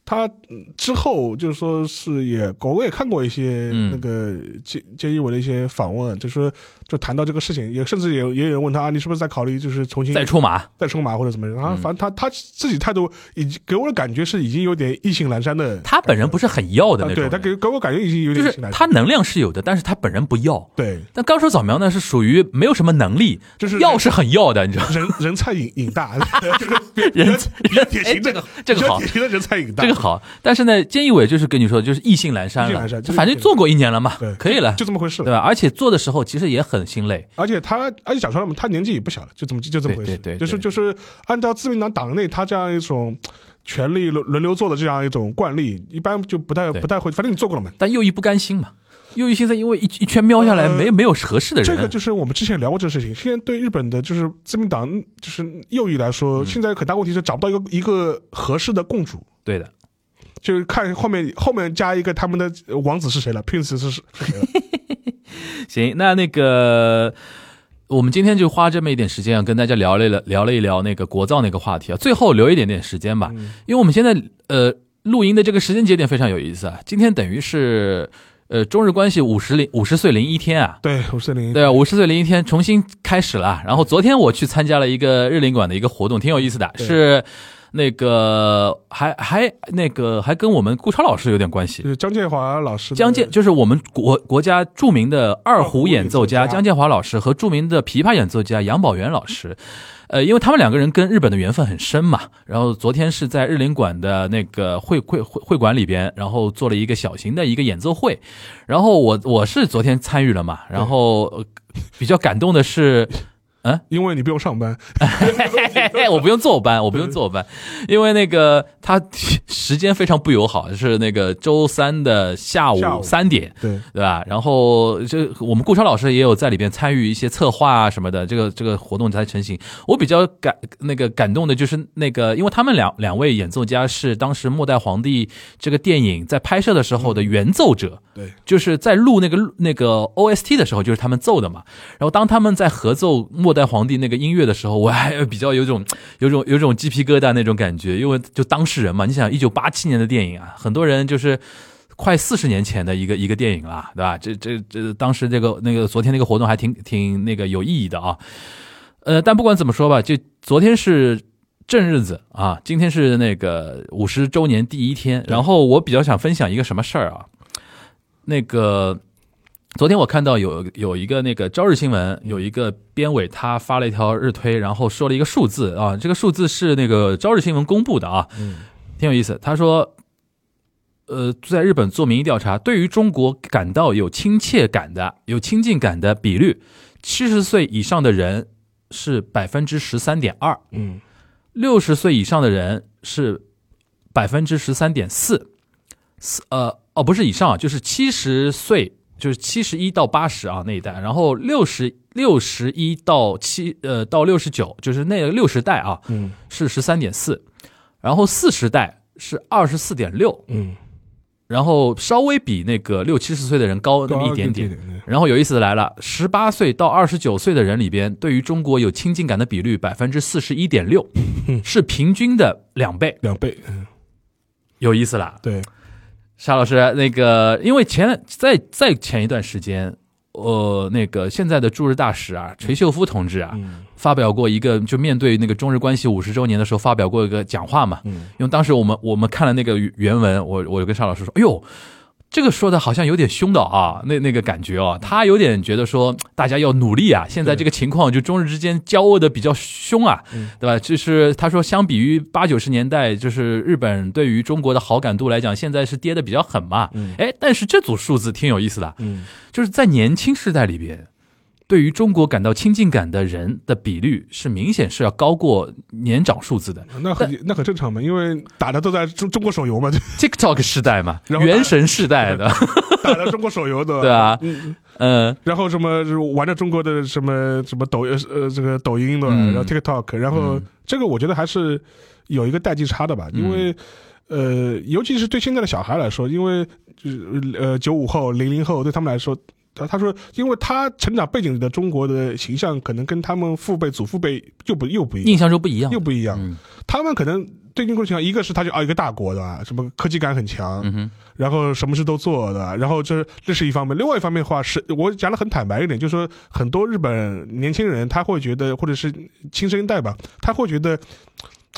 C: 他嗯之后就是说是也，我也看过一些
D: 嗯
C: 那个菅菅义伟的一些访问，就是说就谈到这个事情，也甚至也有也有人问他，啊，你是不是在考虑就是重新
D: 再出嗯马，
C: 再出马或者怎么样？然后反正他他自己态度已经给我的感觉是已经有点意兴阑珊的感觉，
D: 他本人不是很要的
C: 啊
D: 那种
C: 对
D: 人，
C: 他给给我感觉已经有
D: 就
C: 点意兴阑珊，
D: 是他能量是有的，但是他本人不要。
C: 对。
D: 但高手早苗呢是属于没有什么能力，
C: 就是
D: 要是很要的，你知道吗。
C: 人人菜瘾瘾大， 就是
D: 人
C: 比较
D: 人
C: 典型的
D: 哎这个这个
C: 比较
D: 好
C: 典型的人菜瘾大，
D: 这个好，但是呢，菅义伟就是跟你说，就是意兴阑珊
C: 意兴阑
D: 了
C: 珊，就是
D: 反正做过一年了嘛
C: 对，
D: 可以 了，
C: 就这么回事
D: 对。吧？而且做的时候其实也很心累，
C: 而且他，而且讲穿了嘛，他年纪也不小了，就这么就这么回事。
D: 对对对
C: 就是就是按照自民党党内他这样一种权力轮轮流做的这样一种惯例，一般就不太
D: 对
C: 不太会，反正你做过了嘛。
D: 但右翼不甘心嘛，右翼现在因为一一圈瞄下来，
C: 呃
D: 没没有合适的
C: 这个
D: 人，
C: 就是我们之前聊过这个事情。现在对日本的就是自民党就是右翼来
D: 嗯
C: 说，现在很大问题是找不到一个一个合适的共主。
D: 对的，
C: 就是看后面后面加一个他们的呃王子是谁了，Prince 是是谁 了？
D: 行，那那个。我们今天就花这么一点时间啊，跟大家聊了一聊聊了一聊那个国葬那个话题啊，最后留一点点时间吧，
C: 嗯
D: 因为我们现在呃录音的这个时间节点非常有意思啊，今天等于是呃中日关系五十零五十岁零一天啊，
C: 对，五四零。
D: 对啊，五十岁零一天重新开始了。然后昨天我去参加了一个日领馆的一个活动，挺有意思的，
C: 对
D: 是那个还还那个还跟我们顾超老师有点关系
C: 就。是江建华老师的，
D: 江建就是我们国国家著名的二胡演奏
C: 二
D: 家
C: 胡演奏家
D: 江建华老师和著名的琵琶演奏家杨宝元老师，呃，因为他们两个人跟日本的缘分很深嘛。然后昨天是在日领馆的那个会会会会馆里边，然后做了一个小型的一个演奏会。然后我我是昨天参与了嘛，然后呃比较感动的 是。
C: 因为你不用上班，
D: 嘿嘿，我不用坐班，我不用坐班，因为那个他时间非常不友好，是那个周三的
C: 下
D: 下
C: 午
D: 午三点，
C: 对
D: 对吧？然后这我们顾超老师也有在里边参与一些策划啊什么的，这个这个活动才成型。我比较感那个感动的就是那个，因为他们两两位演奏家是当时《末代皇帝》这个电影在拍摄的时候的原奏者，
C: 对，
D: 就是在录那个那个 OST 的时候，就是他们奏的嘛。然后当他们在合奏《末代皇帝》那个音乐的时候， 我还比较有种有种有种鸡皮疙瘩那种感觉，因为就当事人嘛，你想一九八七年的电影啊，很多人就是。快四十年前的一个一个电影啦，对吧？这这这，当时这个那个昨天那个活动还挺挺那个有意义的啊。呃，但不管怎么说吧，就昨天是正日子啊，今天是那个五十周年第一天。然后我比较想分享一个什么事儿啊？那个昨天我看到有有一个那个朝日新闻有一个编委他发了一条日推，然后说了一个数字啊，这个数字是那个朝日新闻公布的啊，挺有意思。他说，呃，在日本做民意调查，对于中国感到有亲切感的、有亲近感的比率，七十岁以上的人是百分之十三点二，
C: 嗯，
D: 六十岁以上的人是百分之十三点四，四呃哦不是以上啊，就是七十岁，就是七十一到八十啊那一代，然后六十六十一到七呃到六十九，就是那六十代啊，
C: 嗯
D: 是十三点四，然后四十代是二十四点六，
C: 嗯，
D: 然后稍微比那个六七十岁的人高那
C: 高
D: 么一点
C: 点
D: 点。，然后有意思的来了，十八岁到二十九岁的人里边，对于中国有亲近感的比率百分之四十一 点六，是平均的两倍，
C: 两倍，嗯，
D: 有意思啦。
C: 对，
D: 沙老师，那个，因为前在在前一段时间，呃，那个现在的驻日大使啊，垂秀夫同志啊，
C: 嗯
D: 发表过一个，就面对那个中日关系五十周年的时候，发表过一个讲话嘛。
C: 嗯，
D: 因为当时我们我们看了那个原文，我我就跟沙老师说，哎呦。这个说的好像有点凶的啊，那那个感觉哦，他有点觉得说大家要努力啊，现在这个情况就中日之间交恶的比较凶啊，对吧？就是他说，相比于八九十年代，就是日本对于中国的好感度来讲，现在是跌的比较狠嘛。哎，但是这组数字挺有意思的，
C: 嗯，
D: 就是在年轻世代里边，对于中国感到亲近感的人的比率是明显是要高过年长数字的。
C: 那很那很正常嘛，因为打的都在中中国手游 嘛，就
D: TikTok 世代嘛，
C: 然后
D: 原神世 代的，
C: 打的中国手游的，
D: 对啊
C: 嗯，
D: 嗯，
C: 然后什么玩着中国的什么什么抖呃这个抖音的，
D: 嗯
C: 然后 TikTok，然后
D: 嗯
C: 这个我觉得还是有一个代际差的吧，因为。
D: 嗯
C: 呃，尤其是对现在的小孩来说，因为就是呃九五后、零零后对他们来说，他他说，因为他成长背景里的中国的形象，可能跟他们父辈、祖父辈又不又不一样，
D: 印象中不一样
C: 又。不一样。
D: 嗯
C: 他们可能对中国情况，一个是他就啊一个大国的吧，什么科技感很强，
D: 嗯哼，
C: 然后什么事都做的，然后这这是一方面。另外一方面的话，是我讲的很坦白一点，就是说很多日本年轻人他会觉得，或者是新生代吧，他会觉得。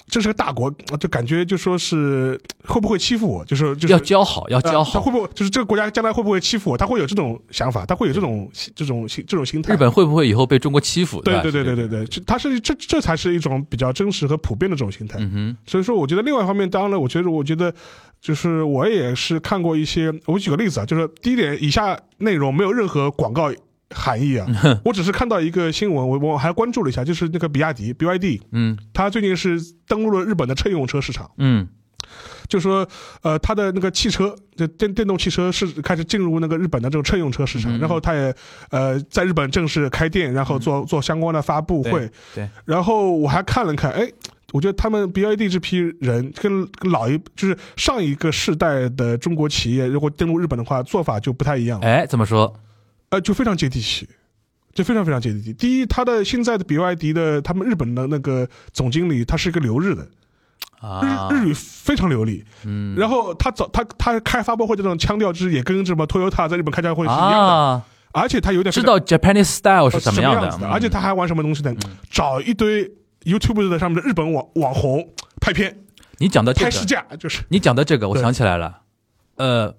C: 这是个大国，就感觉就说是会不会欺负我，就是就是
D: 要教好，要教
C: 呃他
D: 好
C: 会。不会就是这个国家将来会不会欺负我？他会有这种想法，他会有这种这种心这种心态。
D: 日本会不会以后被中国欺负？
C: 对
D: 吧
C: 对对对对对，这他是这这才是一种比较真实和普遍的这种心态。
D: 嗯哼，
C: 所以说，我觉得另外一方面，当然了，我觉得我觉得就是我也是看过一些，我举个例子啊，就是第一点，以下内容没有任何广告含义 啊，我只是看到一个新闻，我我还关注了一下，就是那个比亚迪 BYD，
D: 嗯
C: 它最近是登陆了日本的乘用车市场。
D: 嗯
C: 就说呃，它的那个汽车，就电电动汽车是开始进入那个日本的这种乘用车市场，
D: 嗯
C: 然后它也呃在日本正式开店，然后做、做相关的发布会。
D: 对对
C: 然后我还看了看，哎。我觉得他们 BYD 这批人跟跟老一就是上一个世代的中国企业，如果登陆日本的话，做法就不太一样了，
D: 哎，怎么说？
C: 呃，就非常接地气，就非常非常接地气。第一，他的现在的 BYD 的他们日本的那个总经理，他是一个留日的，
D: 啊
C: 日，日语非常流利，
D: 嗯，
C: 然后他早他他开发布会这种腔调之也跟什么 Toyota 在日本开家会是一样的，
D: 啊，
C: 而且他有点
D: 知道 Japanese style 是
C: 是
D: 怎么
C: 呃样
D: 样的，
C: 子
D: 嗯
C: 而且他还玩什么东西呢？找一堆 YouTube 的上面的日本网网红拍片
D: 你讲呃到这
C: 拍试
D: 个，
C: 驾，就是
D: 你讲到这个，我
C: 对
D: 想起来了，呃，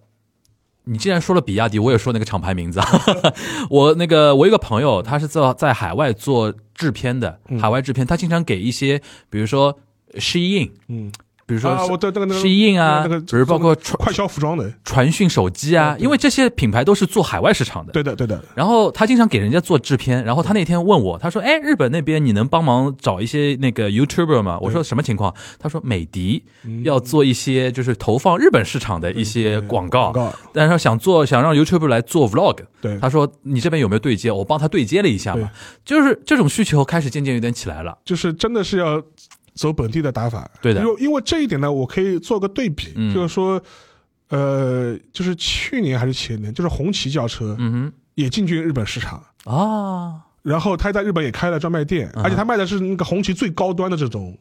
D: 你既然说了比亚迪，我也说那个厂牌名字啊。 我那个我有一个朋友，他是做在海外做制片的，
C: 嗯
D: 海外制片，他经常给一些，比如说 Shein，
C: 嗯
D: 比如说
C: 啊，我的那个那个
D: Shein 啊
C: 那个，
D: 比如包括传
C: 快消服装的，哦
D: 传讯手机啊，因为这些品牌都是做海外市场的。
C: 对的对的，
D: 然后他经常给人家做制片，然后他那天问我，他说：“哎，日本那边你能帮忙找一些那个 YouTuber 吗？”我说：“什么情况？”他说：“美的
C: 嗯
D: 要做一些就是投放日本市场的一些广告，
C: 广告
D: 但是想做想让 YouTuber 来做 Vlog。”
C: 对
D: 他说：“你这边有没有对接？我帮他对接了一下嘛，就是这种需求开始渐渐有点起来了。
C: 就是真的是要走本地的打法。
D: 对的
C: 因为因为这一点呢，我可以做个对比，
D: 嗯
C: 就是说，呃，就是去年还是前年，就是红旗轿车
D: 嗯
C: 也进军日本市场。
D: 哼啊，
C: 然后他在日本也开了专卖店，
D: 嗯
C: 而且他卖的是那个红旗最高端的这种。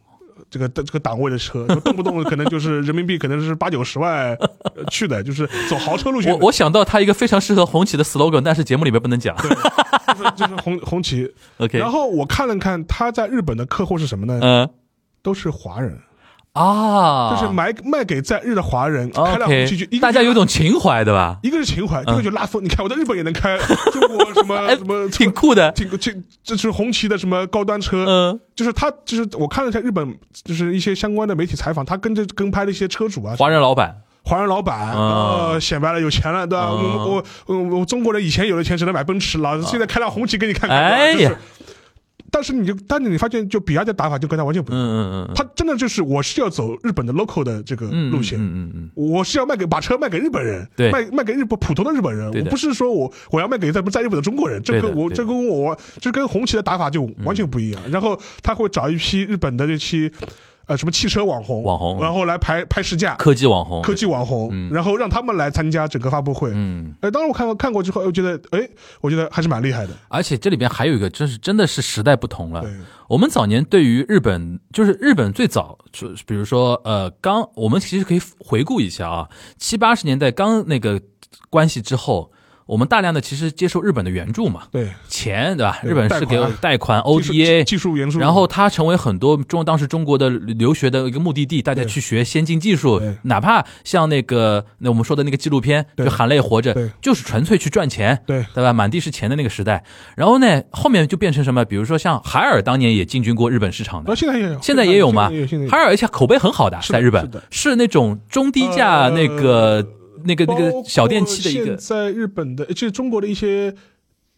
C: 这个这个档位的车，就动不动可能就是人民币，可能是八九十万呃去的，就是走豪车路线
D: 我
C: 的，
D: 我想到他一个非常适合红旗的 slogan，但是节目里面不能讲。
C: 就是就是红红旗。
D: OK，
C: 然后我看了看他在日本的客户是什么呢？
D: 嗯
C: 都是华人，
D: 啊，
C: 就是买卖给在日的华人，开辆红旗就
D: OK，
C: 一个
D: 大家有种情怀对 吧？
C: 一个是情怀，这个就拉风。你看我在日本也能 开，中国什么
D: 哎
C: 什么
D: 挺酷的。
C: 挺挺，这是红旗的什么高端 车，
D: 嗯，
C: 就是他，就是我看了一下日本，就是一些相关的媒体采访，他跟着跟拍的一些车主啊，
D: 华人老板，
C: 华人老板，
D: 啊
C: 呃，显摆了有钱了，对吧？
D: 啊
C: 我我我我中国人以前有了钱只能买奔驰了，现在开辆红旗给你看看，
D: 哎
C: 对吧
D: 呀
C: 就是但是你就，但是你发现，就比亚迪的打法就跟他完全不一样。
D: 嗯嗯嗯，
C: 他真的就是，我是要走日本的 local 的这个
D: 嗯
C: 路线，
D: 嗯嗯嗯
C: 我是要卖给把车卖给日本人，
D: 对
C: 卖卖给日本普通的日本人，
D: 对
C: 我
D: 的
C: 不是说我我要卖给在在日本的中国人，这
D: 对的
C: 跟我
D: 对的
C: 这跟我这跟红旗的打法就完全不一样。然后他会找一批日本的这批呃什么汽车网红，
D: 网红
C: 然后来拍拍试驾
D: 嗯，，科技网红，
C: 科技网红，然后让他们来参加整个发布会。
D: 嗯，
C: 哎，当然我看过看过之后，我觉得哎，我觉得还是蛮厉害的。
D: 而且这里边还有一个，真是真的是时代不同了
C: 对。，
D: 我们早年对于日本，就是日本最早，就比如说呃，刚我们其实可以回顾一下啊，七八十年代刚那个关系之后，我们大量的其实接受日本的援助嘛，
C: 对，
D: 钱对吧？
C: 对
D: 日本是给我贷款
C: 技术
D: ODA，
C: 技术元素，
D: 然后它成为很多中当时中国的留学的一个目的地，大家去学先进技术
C: 对，
D: 哪怕像那个那我们说的那个纪录片，
C: 对
D: 就含泪活
C: 对
D: 着，就是纯粹去赚钱，
C: 对
D: 对吧？满地是钱的那个时代，然后呢，后面就变成什么？比如说像海尔当年也进军过日本市场
C: 然后
D: 的。
C: 现在也有，
D: 现在也有嘛
C: 现在也有现在也有
D: 海尔而且口碑很好的，
C: 是的
D: 在日
C: 是
D: 本
C: 的
D: 是那种中低
C: 呃
D: 价那个那个那
C: 包
D: 个
C: 括
D: 小电器的一个
C: 现，在日本的，就是中国的一些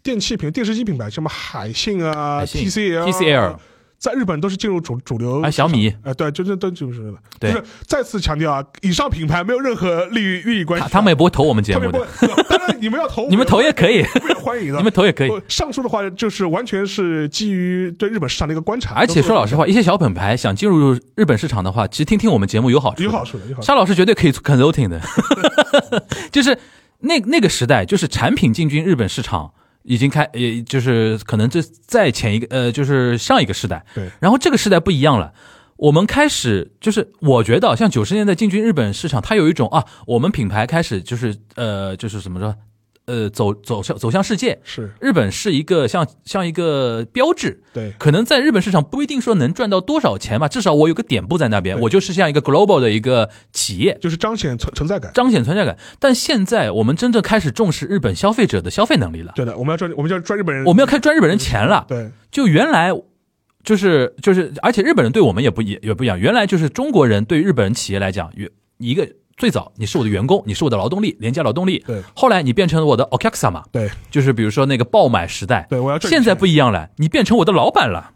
C: 电器品、电视机品牌，什么海信啊、
D: 海信
C: TCL 啊、
D: TCL
C: 在日本都是进入主主流。
D: 啊小米
C: 啊、对，就这都就是了。
D: 对
C: 就是再次强调啊，以上品牌没有任何利益利益关系
D: 他
C: 啊，
D: 他们也不会投我们节
C: 特别
D: 目
C: 不
D: 的，
C: 会。当然你们要投，
D: 你们投也可以，
C: 我也欢迎的。
D: 你们投也可以。
C: 不上述的话就是完全是基于对日本市场的一个观察，
D: 而且说老
C: 实
D: 实话，一些小品牌想进入日本市场的话，其实听听我们节目有好处的。
C: 有好处的，有好处的。
D: 沙老师绝对可以做 consulting 的， 就是那那个时代，就是产品进军日本市场已经开，也就是可能这再前一个呃，就是上一个时代。
C: 对
D: 然后这个时代不一样了。我们开始就是，我觉得啊像九十年代进军日本市场，它有一种啊，我们品牌开始就是呃，就是怎么说，呃，走走向走向世界。
C: 是
D: 日本是一个像像一个标志，
C: 对
D: 可能在日本市场不一定说能赚到多少钱吧，至少我有个点部在那边，
C: 对
D: 我就是像一个 global 的一个企业，
C: 就是彰显存存在感。
D: 彰显存在感。但现在我们真正开始重视日本消费者的消费能力了，
C: 对的，我们要赚，我们要赚日本人。
D: 我们要开赚日本人钱了。
C: 对
D: 就原来就是就是，而且日本人对我们也不也也不一样。原来就是中国人对日本企业来讲，原一个最早你是我的员工，你是我的劳动力，廉价劳动力。
C: 对
D: 后来你变成我的 o k a x a 嘛，
C: 对
D: 就是比如说那个爆买时代。
C: 对，我要赚你
D: 现在
C: 钱
D: 不一样了，你变成我的老板了，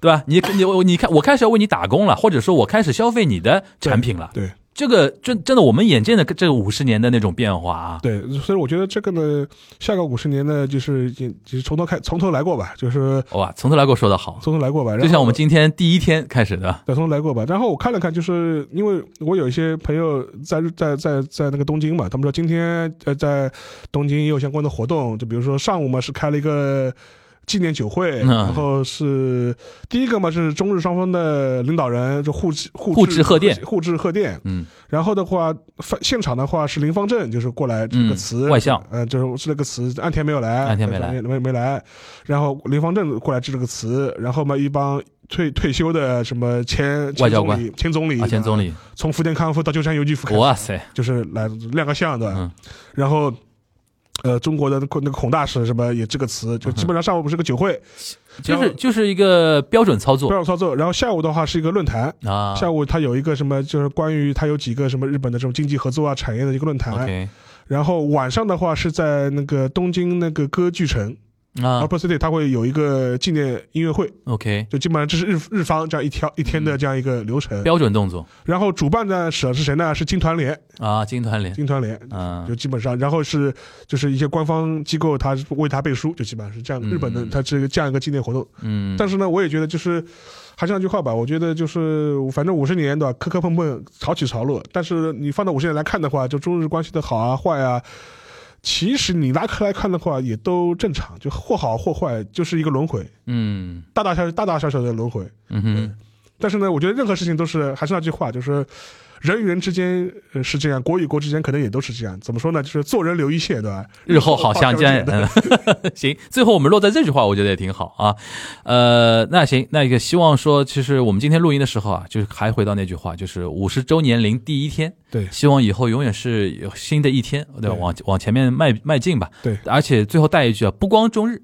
D: 对吧？你你我你看，我开始要为你打工了，或者说我开始消费你的产品了。
C: 对。
D: 这个真真的，我们眼见的这五十年的那种变化啊，
C: 对，所以我觉得这个呢，下个五十年呢，就是也就是从头开从头来过吧，就是
D: 哇，从头来给我说的好，
C: 从头来过吧。然后
D: 就像我们今天第一天开始的，
C: 对从头来过吧。然后我看了看，就是因为我有一些朋友在日在在在那个东京嘛，他们说今天呃在东京也有相关的活动，就比如说上午嘛是开了一个。纪念酒会，
D: 嗯
C: 然后是第一个嘛，是中日双方的领导人就互致互
D: 互致贺电
C: 互致贺电，
D: 嗯，
C: 然后的话，发现场的话是林方正，就是过来这个
D: 嗯
C: 词、
D: 外相
C: 呃，就是是这个词，岸田没有来，呃
D: 岸田没来
C: 没没没来，然后林方正过来致这个词，然后嘛一帮退退休的什么前
D: 外交官
C: 前总理前总理、
D: 啊，前总
C: 理，
D: 理，
C: 从福田康夫到鸠山由纪夫开始，
D: 哇塞，
C: 就是来亮个相的，
D: 嗯
C: 然后。呃，中国的那个那个孔大使什么也这个词，
D: 嗯
C: 就基本上上午不是个酒会，
D: 就
C: 然
D: 是
C: 后
D: 就是一个标准操
C: 不
D: 作
C: 要操作，然后下午的话是一个论坛，
D: 啊
C: 下午它有一个什么，就是关于它有几个什么日本的这种经济合作啊、产业的一个论坛，
D: ，OK
C: 然后晚上的话是在那个东京那个歌剧城
D: 啊
C: Opera City，它会有一个纪念音乐会，
D: ，OK，
C: 就基本上这是日日方这样一条一天的这样一个流程。
D: 嗯标准动作
C: 然后主办的者是谁呢？是金团联，
D: 啊，金团联，
C: 金团联。
D: 嗯
C: 就基本上，然后是就是一些官方机构，他为他背书，就基本上是这样。
D: 嗯
C: 日本的，它这个这样一个纪念活动。
D: 嗯，
C: 但是呢，我也觉得就是，还是那句话吧，我觉得就是反正五十年对吧，磕磕碰碰，潮起潮落。但是你放到五十年来看的话，就中日关系的好啊坏啊，其实你拉开来看的话，也都正常，就或好或坏，就是一个轮回，
D: 嗯
C: 大大小小大大小小的轮回。
D: 嗯哼，
C: 但是呢，我觉得任何事情都是，还是那句话，就是。人与人之间呃是这样，国与国之间可能也都是这样。怎么说呢？就是做人留一线，对吧？
D: 日后好相见
C: 日后好相见。
D: 行，最后我们落在这句话，我觉得也挺好啊。呃，那行，那个希望说，其实我们今天录音的时候啊，就是还回到那句话，就是五十周年零第一天，
C: 对
D: 希望以后永远是有新的一天，对吧？
C: 对
D: 往往前面迈迈进吧。
C: 对
D: 而且最后带一句啊，不光中日，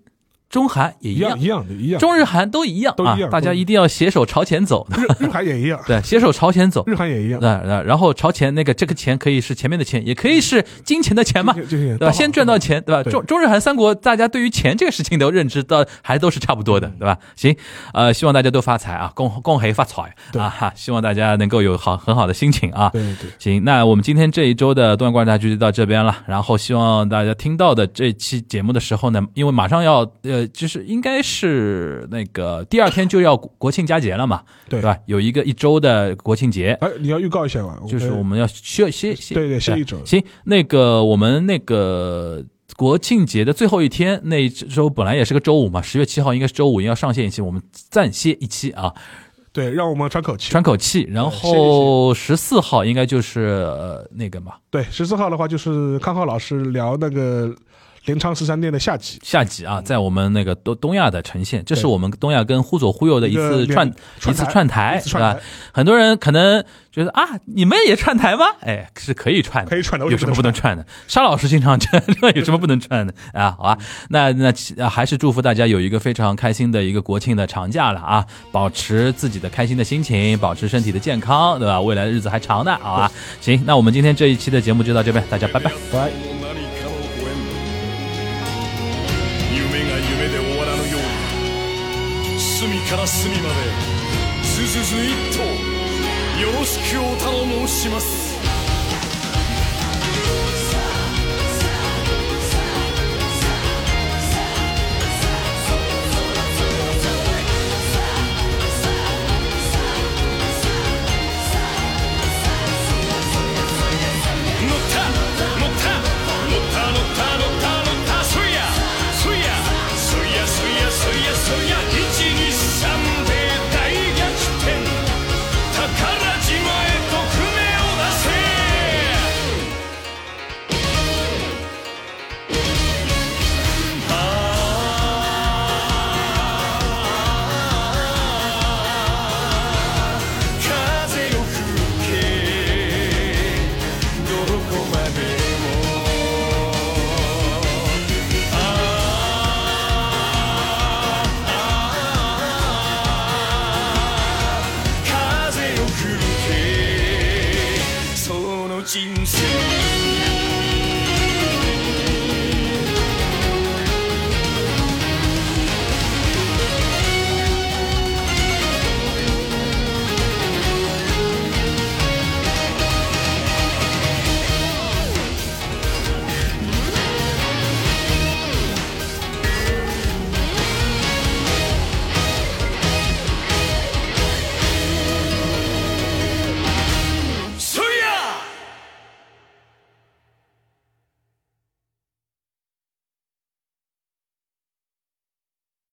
D: 中韩也
C: 一样一样的一样，
D: 中日韩都一样
C: 都一
D: 啊
C: 样，
D: 大家
C: 都一样
D: 一定要携手朝前走，
C: 日日韩也一样，
D: 对，携手朝前走，
C: 日韩也一样，
D: 那那然后朝前那个这个钱可以是前面的钱，也可以是金钱的钱嘛，
C: 这这些
D: 对吧？先赚到钱，对吧？
C: 对
D: 中中日韩三国，大家对于钱这个事情的认知到还都是差不
C: 嗯
D: 多的，对吧？行，呃，希望大家都发财啊，共共黑发财
C: 对
D: 啊哈！希望大家能够有好很好的心情啊。
C: 对对
D: 行，那我们今天这一周的东亚观察局就到这边了。然后希望大家听到的这期节目的时候呢，因为马上要呃，就是应该是那个第二天就要国国庆佳节了嘛，
C: 对
D: 对吧？有一个一周的国庆节，
C: 哎，你要预告一下吧，
D: 就是我们要歇歇歇，
C: 对对歇一周
D: 行，那个我们那个国庆节的最后一天，那一周本来也是个周五嘛，十月七号应该是周五，要上线一期，我们暂歇一期啊，
C: 对，让我们喘口气。
D: 喘口气。然后十四号应该就是呃那个嘛
C: 对，十四号的话就是康浩老师聊那个镰仓十三店的下集，
D: 下集啊，在我们那个东东亚的呈现，这
C: 嗯
D: 是
C: 对
D: 我们东亚跟忽左忽右的一
C: 一个
D: 次
C: 连
D: 串
C: 串
D: 一次
C: 台
D: 串
C: 一
D: 台，
C: 次
D: 是
C: 串
D: 吧
C: 台？
D: 很多人可能觉得啊，你们也串台吗？ 哎，是可以串的，
C: 可以串的为
D: 有
C: 什
D: 什
C: 么
D: 么不能串的？沙老师经常串，这 有什 么不能串的啊？好吧，那那其啊还是祝福大家有一个非常开心的一个国庆的长假了啊，保持自己的开心的心情，保持身体的健康，对吧？未来的日子还长呢，好吧？行，那我们今天这一期的节目就到这边，大家拜拜。
C: 拜。
E: 何も何かを超えん夢が夢で終わらぬように隅から隅までずずずいっとよろしくお頼申します